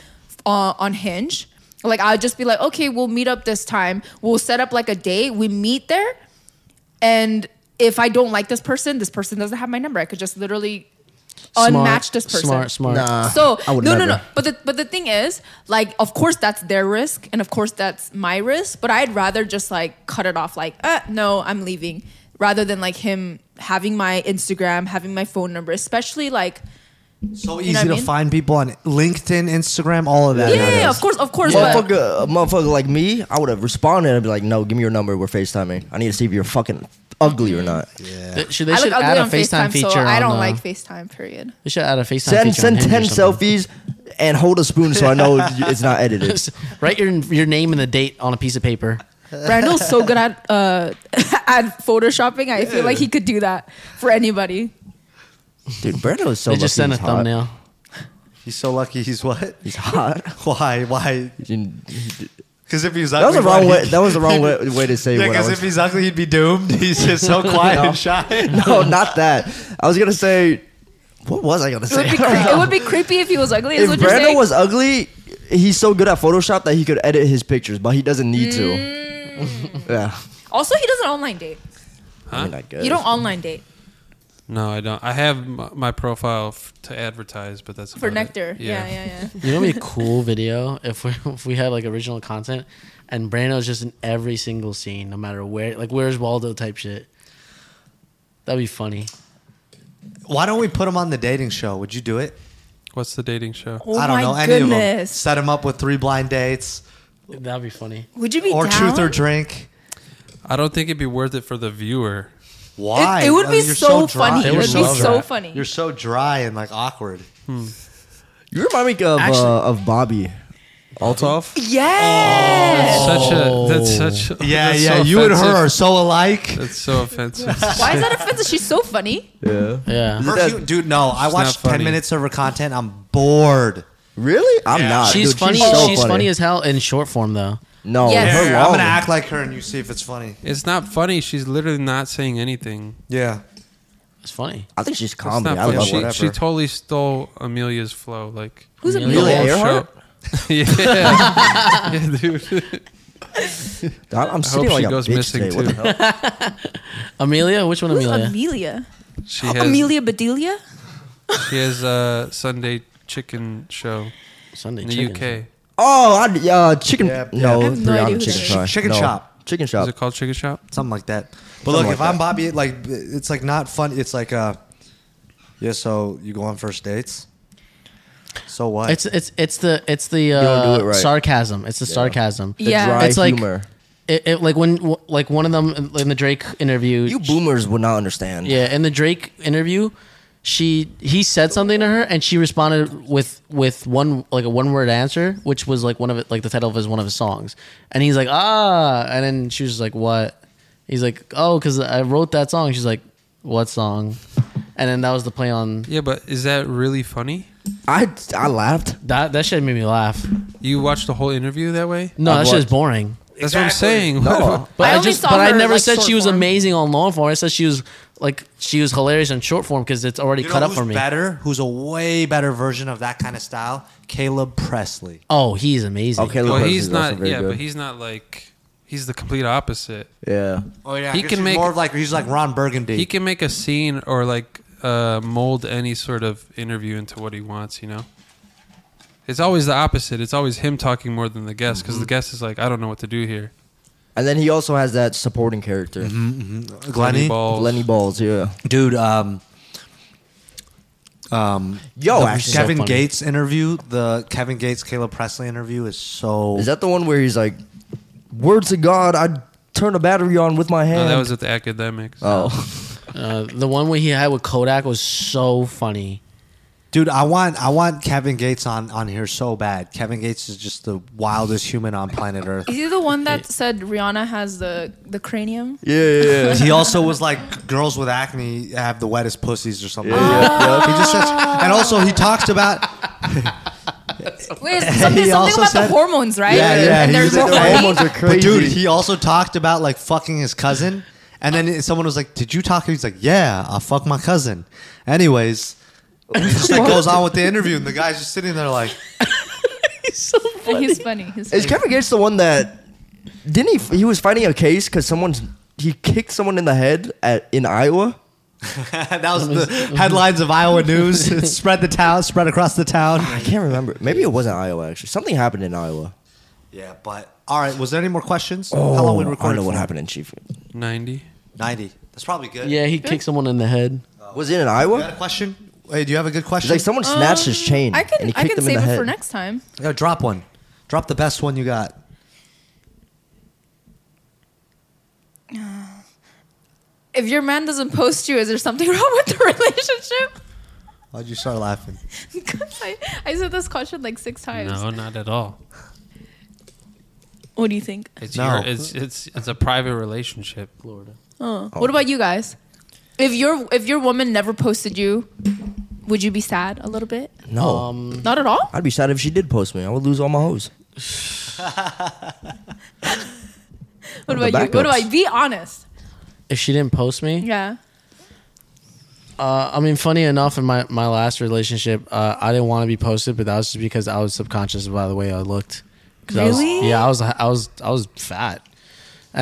uh, on Hinge. Like I'll just be like, okay, we'll meet up this time. We'll set up like a date. We meet there, and if I don't like this person, this person doesn't have my number. I could just literally Smart, unmatch this person. Smart. Smart. Nah. So I no, would no, never. no. But the but the thing is, like, of course that's their risk, and of course that's my risk. But I'd rather just like cut it off, like, uh, no, I'm leaving, rather than like him having my Instagram, having my phone number, especially like, so easy You know what I to mean? find people on LinkedIn, Instagram, all of that. yeah, nowadays. yeah, of course, of course. But, Motherfucker, a motherfucker like me, I would have responded and be like, "No, give me your number. We're Facetiming. I need to see if you're fucking ugly or not." They should, they I should look ugly add a on FaceTime, FaceTime, feature. so I on, don't uh, like FaceTime. Period. They should add a FaceTime Send feature. send on Hinge ten or something. selfies and hold a spoon so I know it's not edited. Write your your name and the date on a piece of paper. Randall's so good at uh, at photoshopping. I feel like he could do that for anybody. Dude, Brando is so. They just lucky send a he's hot. thumbnail. He's so lucky. He's what? He's hot. Why? Why? Because if he's That was ugly, the wrong why way. he- That was the wrong way, way to Yeah, say what I because if was. he's ugly, he'd be doomed. He's just so quiet No. and shy. No, not that. I was gonna say. What was I gonna It say? would be, I don't cre- know. it would be creepy if he was ugly. Is if what you're Brando saying? was ugly, he's so good at Photoshop that he could edit his pictures, but he doesn't need to. yeah. also, he doesn't online date. I mean, I guess. Mm. You don't online date. No, I don't. I have m- my profile f- to advertise, but that's for about it. Nectar. Yeah, yeah, yeah. You know, what'd be a cool video if we if we had like original content, and Brando's just in every single scene, no matter where. Like, where's Waldo type shit. That'd be funny. Why don't we put him on the dating show? Would you do it? What's the dating show? Oh I don't my know any of them. goodness. Set him up with three blind dates That'd be funny. Would you be or down? truth or drink. I don't think it'd be worth it for the viewer. Why? It, it would I be mean, you're so, dry. funny. They It would would be love so that. funny. You're so dry and like awkward. You remind me of Actually- uh, of Bobby. Altov? yes. Such a that's such. Oh. Yeah, that's yeah. so you and her are offensive. so alike. That's so offensive. Why is that offensive? She's so funny. Yeah. Yeah. Her That- hu- dude, no. I She's watched not funny. ten minutes of her content. I'm bored. Really? I'm Yeah. not. She's dude. funny. She's, so she's funny. funny. as hell in short form though. No, Yes. her Here, long. I'm gonna act like her, and you see if it's funny. It's not funny. She's literally not saying anything. Yeah. It's funny. I think she's It's comedy. not I love funny. her. She, whatever. she totally stole Amelia's flow. Like Who's Really? Amelia? Amelia whole Earhart? show. yeah. yeah, dude. I- I'm I sitting hope like she a goes bitch missing today. What the too. hell? Amelia, which one Who's Amelia? Amelia? Oh, She Oh, has Amelia Bedelia? she has a Sunday chicken show Sunday in chicken. the UK. Oh, I, uh, chicken. Yeah, yeah. No, I have no they're idea out who of chicken that is. shop. Chicken No. shop. Chicken Is shop. it called Chicken Shop? something like that. But Something look, like if that. I'm Bobby, it, like it's like not fun. It's like uh, yeah. So you go on first dates. So what? It's it's it's the it's the don't do uh, it right. sarcasm. It's the sarcasm. The Yeah. dry It's like- humor. It, it, like when w- like one of them in the Drake interview. You boomers would not understand. Yeah, in the Drake interview, she he said something to her and she responded with with one like a one word answer which was like one of it like the title of his one of his songs and he's like ah and then she was just like what he's like oh because i wrote that song she's like what song and then that was the play on Yeah, but is that really funny? I I laughed. that that shit made me laugh Mm. You watched the whole interview that way? no that Of shit what? is boring That's what I'm saying. No. But I I, only just, saw but I her, never like, said she short was form. amazing on long form. I said she was like she was hilarious on short form because it's already You know cut up who's for me. better? Who's a way better version of that kind of style? Caleb Presley. Oh, he's amazing. Okay, well, Lopez is he's also not. very Yeah, good. but he's not like. He's the complete opposite. yeah. Oh yeah, He 'cause can he's make- more of like he's like Ron Burgundy. He can make a scene or like uh, mold any sort of interview into what he wants. You know, it's always the opposite. It's always him talking more than the guest because the Mm-hmm. guest is like, I don't know what to do here. And then he also has that supporting character, Glenny, Balls. Lenny Balls. Yeah. dude. Um, um, Yo, the actually, Kevin so funny. Gates interview, the Kevin Gates Caleb Presley interview is so. Is that the one where he's like, "Words of God, I turn a battery on with my hand." No, that was at the academics. oh, Uh, the one where he had with Kodak was so funny. Dude, I want I want Kevin Gates on on here so bad. Kevin Gates is just the wildest human on planet Earth. Is he the one that said Rihanna has the the cranium? yeah, yeah, yeah. He also was like, girls with acne have the wettest pussies or something. Yeah, yeah, He just says, and also he talks about Wait, something, He something also about said- the hormones, right? Yeah, yeah. And he there's was like, more "Their money. hormones are "Oh, crazy. But dude, he also talked about like fucking his cousin, and then it- someone was like, "Did you talk?" He's like, "Yeah, I fuck my cousin." Anyways, it just like goes on with the interview, and the guy's just sitting there like, He's funny. He's funny. Is Kevin Gates the one that didn't he? He was fighting a case because someone's he kicked someone in the head at in Iowa. "That was the headlines of Iowa news. It spread the town, spread across the town." I can't remember. Maybe it wasn't Iowa. Actually, something happened in Iowa. Yeah, but all right. Was there any more questions? How long we Oh, recorded? I know what for? happened in Chief. Ninety. Ninety. That's probably good. Yeah, he kicked someone in the head. Was it in You got a Iowa? question? Hey, do you have a good It's question? like someone snatched his chain Um, I and can he I kicked him can in save the it head. for next time. Yeah, drop one. Drop the best one you got. If your man doesn't post you, is there something wrong with the relationship? Why'd you start laughing? 'Cause I, I said this question like six times. No, not at all. What do you think? It's No. your, it's it's it's a private relationship. Florida. Oh. What about you guys? If your if your woman never posted you, would you be sad a little bit? No, Um, Not at all. I'd be sad if she did post me. I would lose all my hoes. What the about you? What backups. about you? Be honest. if she didn't post me, Yeah. uh, I mean, funny enough, in my, my last relationship, uh, I didn't want to be posted, but that was just because I was subconscious about the way I looked. 'Cause I was- Really? yeah, I was I was I was fat,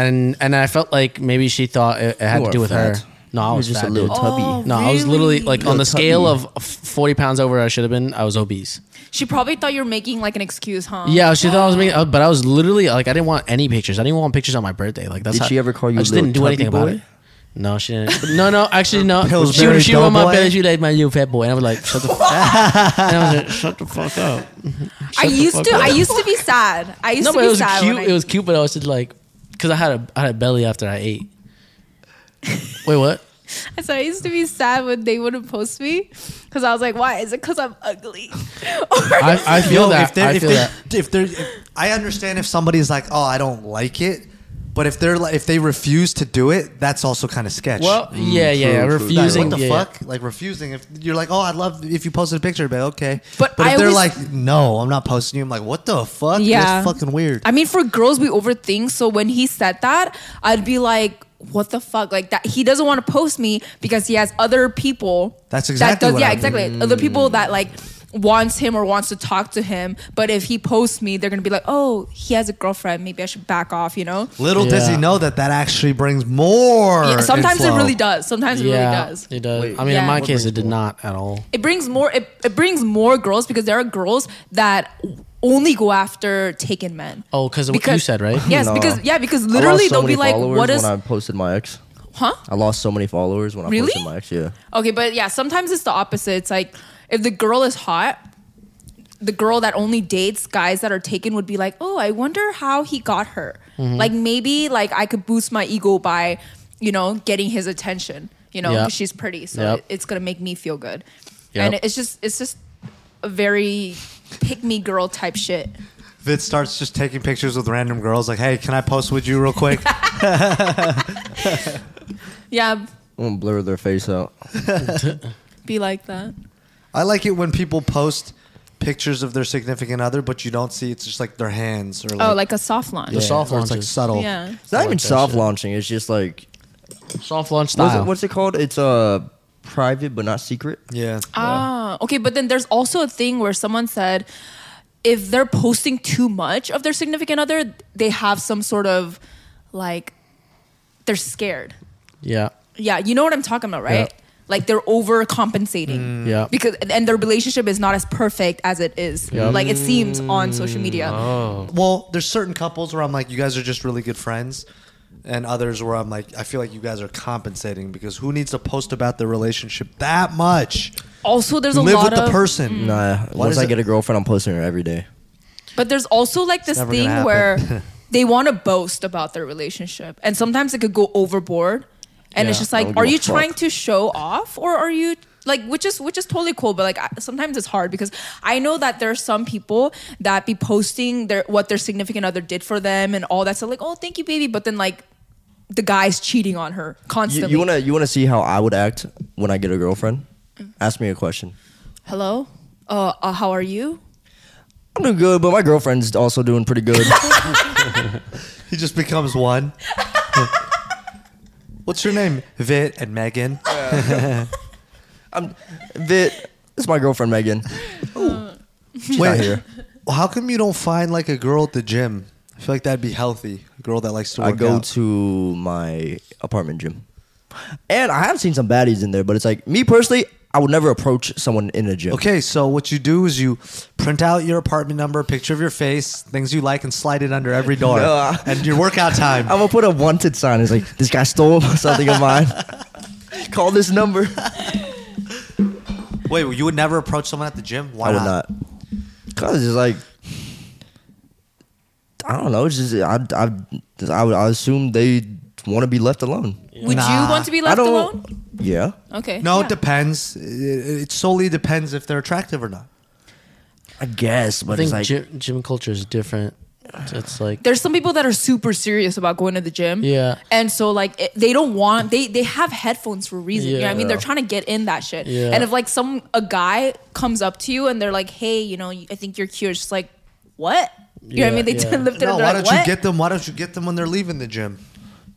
and and I felt like maybe she thought it, it had You to are do with her. fat. No, I You're was just fat, a little dude. tubby. Oh. No, I was literally Really? like Little on the tubby. scale of f- 40 pounds over I should have been, I was obese. She probably thought you were making like an excuse, huh? Yeah, she thought I was making, uh, but I was literally like, I didn't want any pictures. I didn't want pictures on my birthday. Like, that's Did how- she ever call you I just little didn't do tubby anything about boy? it. No, she didn't. But No, no, actually, no. She, Pillsbury she wrote my Doughboy? bed. She like my little fat boy, and I was like, shut the fuck. and I was like, shut the fuck up. I Shut the used fuck to. up. I used to be sad. I used No, to but be it was sad. cute. when I- It was cute, but I was just like, because I had a I had a belly after I ate. Wait, what? So I used to be sad when they wouldn't post me because I was like, why? Is it because I'm ugly? Or- I, I feel Yo, that. If they're, I if feel they're, that. If they're, if- I understand if somebody's like, "Oh, I don't like it," but if they're like, if they refuse to do it, that's also kind of sketch. Well, yeah, yeah, yeah. mm, true, true. Like, Refusing. what the yeah, yeah. fuck? Like refusing. If you're like, "Oh, I'd love if you posted a picture," but okay. But if I they're always- like, "No, I'm not posting you," I'm like, "What the fuck? Yeah. that's fucking weird." I mean, for girls, we overthink. So when he said that, I'd be like, what the fuck? Like that he doesn't want to post me because he has other people. That's that exactly does- what yeah, I mean. exactly. Other people that like wants him or wants to talk to him. But if he posts me, they're gonna be like, oh, he has a girlfriend. Maybe I should back off. You know. Little does Yeah. he know that that actually brings more. Yeah, sometimes it inflow. really does. Sometimes it Yeah, really does. It does. I mean, Yeah. in my What case, it did not at all. it brings more it, it brings more girls because there are girls that only go after taken men. Oh, 'cause of what you said, right? Yes, No. because yeah, because I lost literally so they'll many be like, followers "What is when I posted my ex? huh?" I lost so many followers when I Really? posted my ex. Yeah. Okay, but yeah, sometimes it's the opposite. It's like if the girl is hot, the girl that only dates guys that are taken would be like, "Oh, I wonder how he got Mm-hmm. her." Like maybe like I could boost my ego by, you know, getting his attention. you know, Yeah. 'cause she's pretty, so Yep. it- it's gonna make me feel good. Yep. And it's just it's just a very pick me girl type shit. Vid starts just taking pictures with random girls. Like, hey, can I post with you real quick? Yeah, I'm gonna blur their face out. be like that. I like it when people post pictures of their significant other, but you don't see it's just like their hands or like, Oh, like a soft launch. Yeah. Yeah. soft or ones, it's like just- subtle. It's not I even like that soft shit. launching. It's just like Soft launch what's style. it, what's it called? It's uh private but not secret. Yeah. Ah, okay. But then there's also a thing where someone said if they're posting too much of their significant other, they have some sort of like they're scared. yeah. Yeah, you know what I'm talking about, right? Yeah. Like they're overcompensating. Mm. Yeah. Because and their relationship is not as perfect as it is, Yeah. like it seems on social media. Mm. Well, there's certain couples where I'm like, you guys are just really good friends, and others where I'm like, I feel like you guys are compensating because who needs to post about their relationship that much? Also, there's a Live lot with the of person. Uh, Nah, once does I it- get a girlfriend, I'm posting her every day. But there's also like this never thing gonna where they want to boast about their relationship, and sometimes it could go overboard. And it's Yeah, just I don't like, give are a you fuck. trying to show off, or are you like, which is which is totally cool, but like I- sometimes it's hard because I know that there are some people that be posting their what their significant other did for them and all that. So like, oh, thank you, baby, but then like the guy's cheating on her You, constantly. you wanna you wanna see how I would act when I get a girlfriend? Mm. Ask me a question. Hello, uh, uh, how are you? I'm doing good, but my girlfriend's also doing pretty good. He just becomes one. What's your name? Vit and Megan. I'm Vit. This is my girlfriend Megan. She's not here. How come you don't find like a girl at the gym? I feel like that'd be healthy. A girl that likes to work I go out. to my apartment gym, and I have seen some baddies in there. But it's like me personally, I would never approach someone in a gym. Okay, so what you do is you print out your apartment number, picture of your face, things you like, and slide it under every door. No, I- and your workout time. I'm gonna put a wanted sign. It's like this guy stole something of mine. Call this number. Wait, you would never approach someone at the gym? Why I would not. Cause it's like I don't know. It's just I I I, would, I assume they want to be left alone. Would you Nah. want to be I left don't. alone? Yeah. Okay. No, yeah. it depends. It, it solely depends if they're attractive or not. I guess, I but think it's like gym, gym culture is different. It's like there's some people that are super serious about going to the gym. Yeah. And so like it, they don't want they they have headphones for a reason. You know what I mean? Yeah. They're trying to get in that shit. Yeah. And if like some a guy comes up to you and they're like, "Hey, you know, I think you're cute." It's just like, "What?" You know what I Yeah, mean? They yeah. yeah. lift it No, up. why They're like, don't "What?" you get them? Why don't you get them when they're leaving the gym?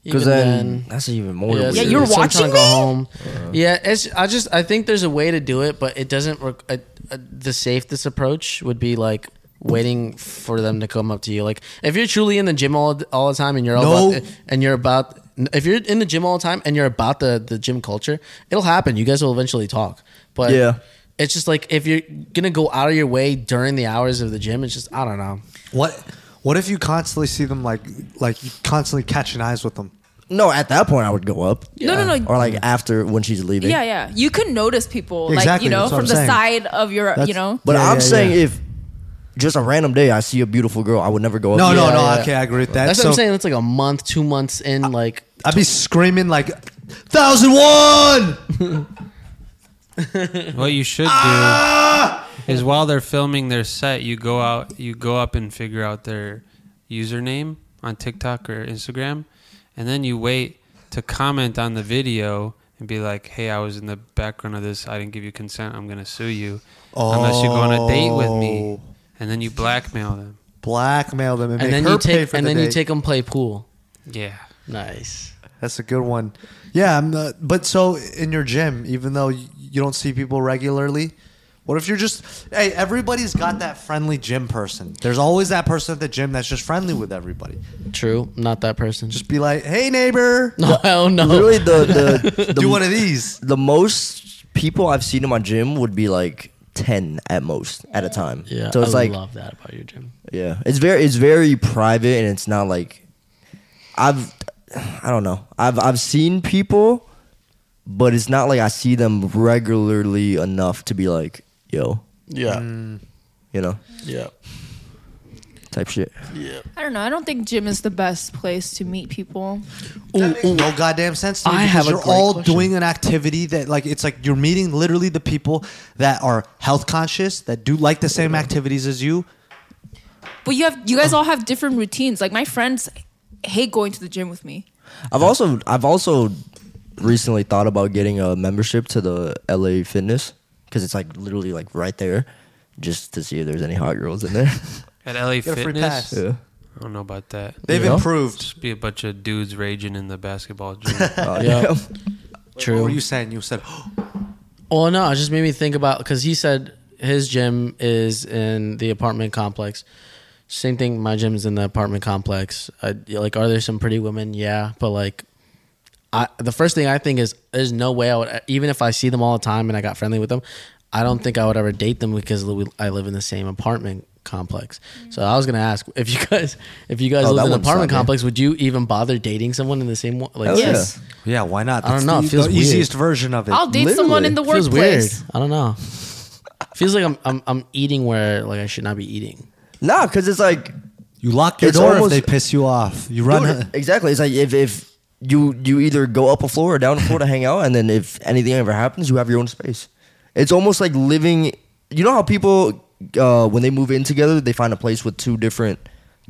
because even then, that's even more. Yeah, weird. Uh-huh. Yeah, you're it's like trying watching to go me? home. yeah, it's. I just. I think there's a way to do it, but it doesn't. Rec- uh, uh, the safest approach would be like waiting for them to come up to you. Like if you're truly in the gym all all the time and you're all No. about, and you're about. If you're in the gym all the time and you're about the the gym culture, it'll happen. You guys will eventually talk. But Yeah. It's just like if you're gonna go out of your way during the hours of the gym, it's just I don't know. What What if you constantly see them like like you constantly catching eyes with them? No, at that point I would go up. No, no, no. Or like after when she's leaving. yeah, yeah. You can notice people like, Exactly, you know, that's what from I'm the saying. side of your, you That's- know. But Yeah, I'm yeah, saying yeah. if just a random day I see a beautiful girl, I would never go up. No, to no, her. no. yeah. Okay, I agree with that. That's what I'm So, saying. That's like a month, two months in. like I'd be screaming like thousand one. What you should do Ah! is while they're filming their set, you go out, you go up and figure out their username on TikTok or Instagram, and then you wait to comment on the video and be like, "Hey, I was in the background of this. I didn't give you consent. I'm gonna sue you unless you go on a date with me." Oh. And then you blackmail them. Blackmail them and, and make then her you pay take for and the then you date. take them play pool. Yeah. Nice. That's a good one. Yeah, I'm uh, but so in your gym, even though y- you don't see people regularly, what if you're just hey, everybody's got that friendly gym person. There's always that person at the gym that's just friendly with everybody. True. Not that person. Just be like, "Hey neighbor, no, hell no. Literally the the, the do one of these." the most people I've seen in my gym would be like ten at most at a time. Yeah. So it's I like love that about your gym. yeah, it's very it's very private and it's not like I've I don't know I've I've seen people, but it's not like I see them regularly enough to be like yo Yeah. you know Yeah. type shit. I don't know. I don't think gym is the best place to meet people. That makes no goddamn sense to me I because have a you're great all question. doing an activity that like it's like you're meeting literally the people that are health conscious that do like the same activities as you. But you have you guys all have different routines. Like my friends hate going to the gym with me. I've also I've also recently thought about getting a membership to the LA Fitness because it's like literally like right there, just to see if there's any hot girls in there. At LA Get a free Fitness, pass. yeah. I don't know about that. They've Yeah. improved. Just be a bunch of dudes raging in the basketball gym. Uh, Yeah. What were True. you saying? You said Well, Oh, no, it just made me think about because he said his gym is in the apartment complex. Same thing, my gym's in the apartment complex. I, like, are there some pretty women? Yeah, but like, I the first thing I think is there's no way I would even if I see them all the time and I got friendly with them, I don't think I would ever date them because we, I live in the same apartment complex. So I was gonna ask if you guys if you guys Oh, that live in an would apartment suck, yeah. complex, would you even bother dating someone in the same one? Like, Hell yeah. yes. Yeah, why not? I don't That's know, The, it feels the weird. easiest version of it. I'll date someone Literally. in the feels workplace. weird. I don't know. feels like I'm, I'm I'm eating where like I should not be eating. Nah, because it's like you lock your It's door almost- if they piss you off. You run. dude, exactly. It's like if if you you either go up a floor or down a floor to hang out, and then if anything ever happens, you have your own space. It's almost like living. You know how people uh, when they move in together, they find a place with two different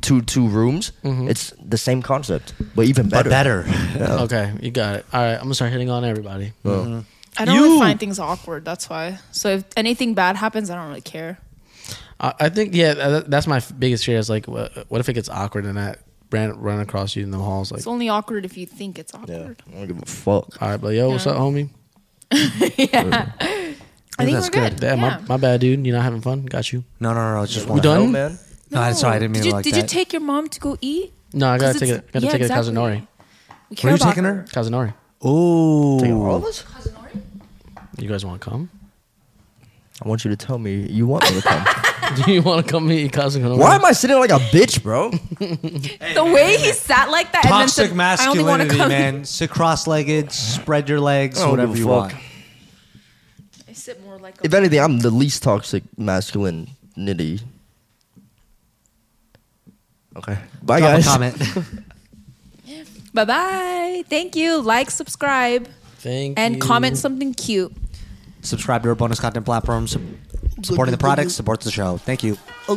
two two rooms. It's the same concept, Mm-hmm. but even but better. better. Oh. Okay, you got it. All right, I'm gonna start hitting on everybody. Mm-hmm. I don't really find things awkward. That's why. So if anything bad happens, I don't really care. I, I think yeah, tha- that's my f- biggest fear. Is like, what, what if it gets awkward and I ran run across you in the halls? Like, It's only awkward if you think it's Yeah, awkward. I don't give a fuck. all right, but yo, what's Yeah. up, homie? I think that's we're good. Damn, yeah. my, my bad, dude. You're not having fun. Got you. No, no, no. It's just We one. done? man. No, I'm sorry. I didn't mean did it you, like Did you that. take your mom to go eat? No, I gotta 'Cause take it's- it. Gotta yeah, take exactly. it to Kazunori. We care Were you about taking her? Kazunori, All Ooh. of us? you guys want to come? I want you to tell me you want me to come. Do you want to come meet Kazunori? Why am I sitting like a bitch, bro? The way he sat like that Toxic and then said, I only want to masculinity, come. man. Sit cross-legged, spread your legs, I don't whatever give a Oh, you fuck. want. I sit more like. If anything, I'm the least toxic masculine nitty. Okay. Bye, Drop guys. a comment. Bye bye. Thank you. Like, subscribe, Thank and you. comment something cute. subscribe to our bonus content platforms. Supporting the products supports the show. Thank you. Oh,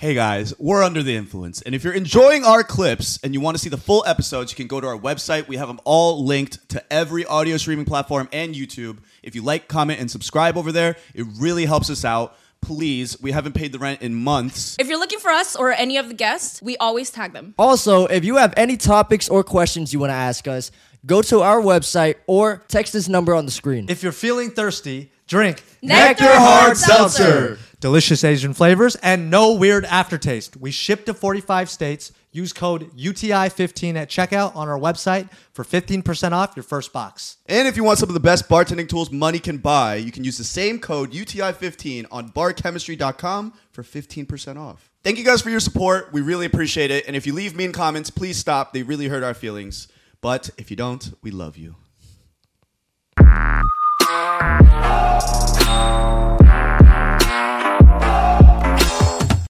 Hey guys, we're under the influence. And if you're enjoying our clips and you want to see the full episodes, you can go to our website. We have them all linked to every audio streaming platform and YouTube. If you like, comment, and subscribe over there, it really helps us out. Please, we haven't paid the rent in months. If you're looking for us or any of the guests, we always tag them. Also, if you have any topics or questions you want to ask us, go to our website or text this number on the screen. If you're feeling thirsty, drink Nectar Hard Seltzer. Delicious Asian flavors and no weird aftertaste. We ship to 45 states. Use code UTI15 at checkout on our website for 15% off your first box. And if you want some of the best bartending tools money can buy, you can use the same code UTI15 on barchemistry.com for 15% off. Thank you guys for your support. We really appreciate it. And if you leave mean comments, please stop. They really hurt our feelings. But if you don't, we love you.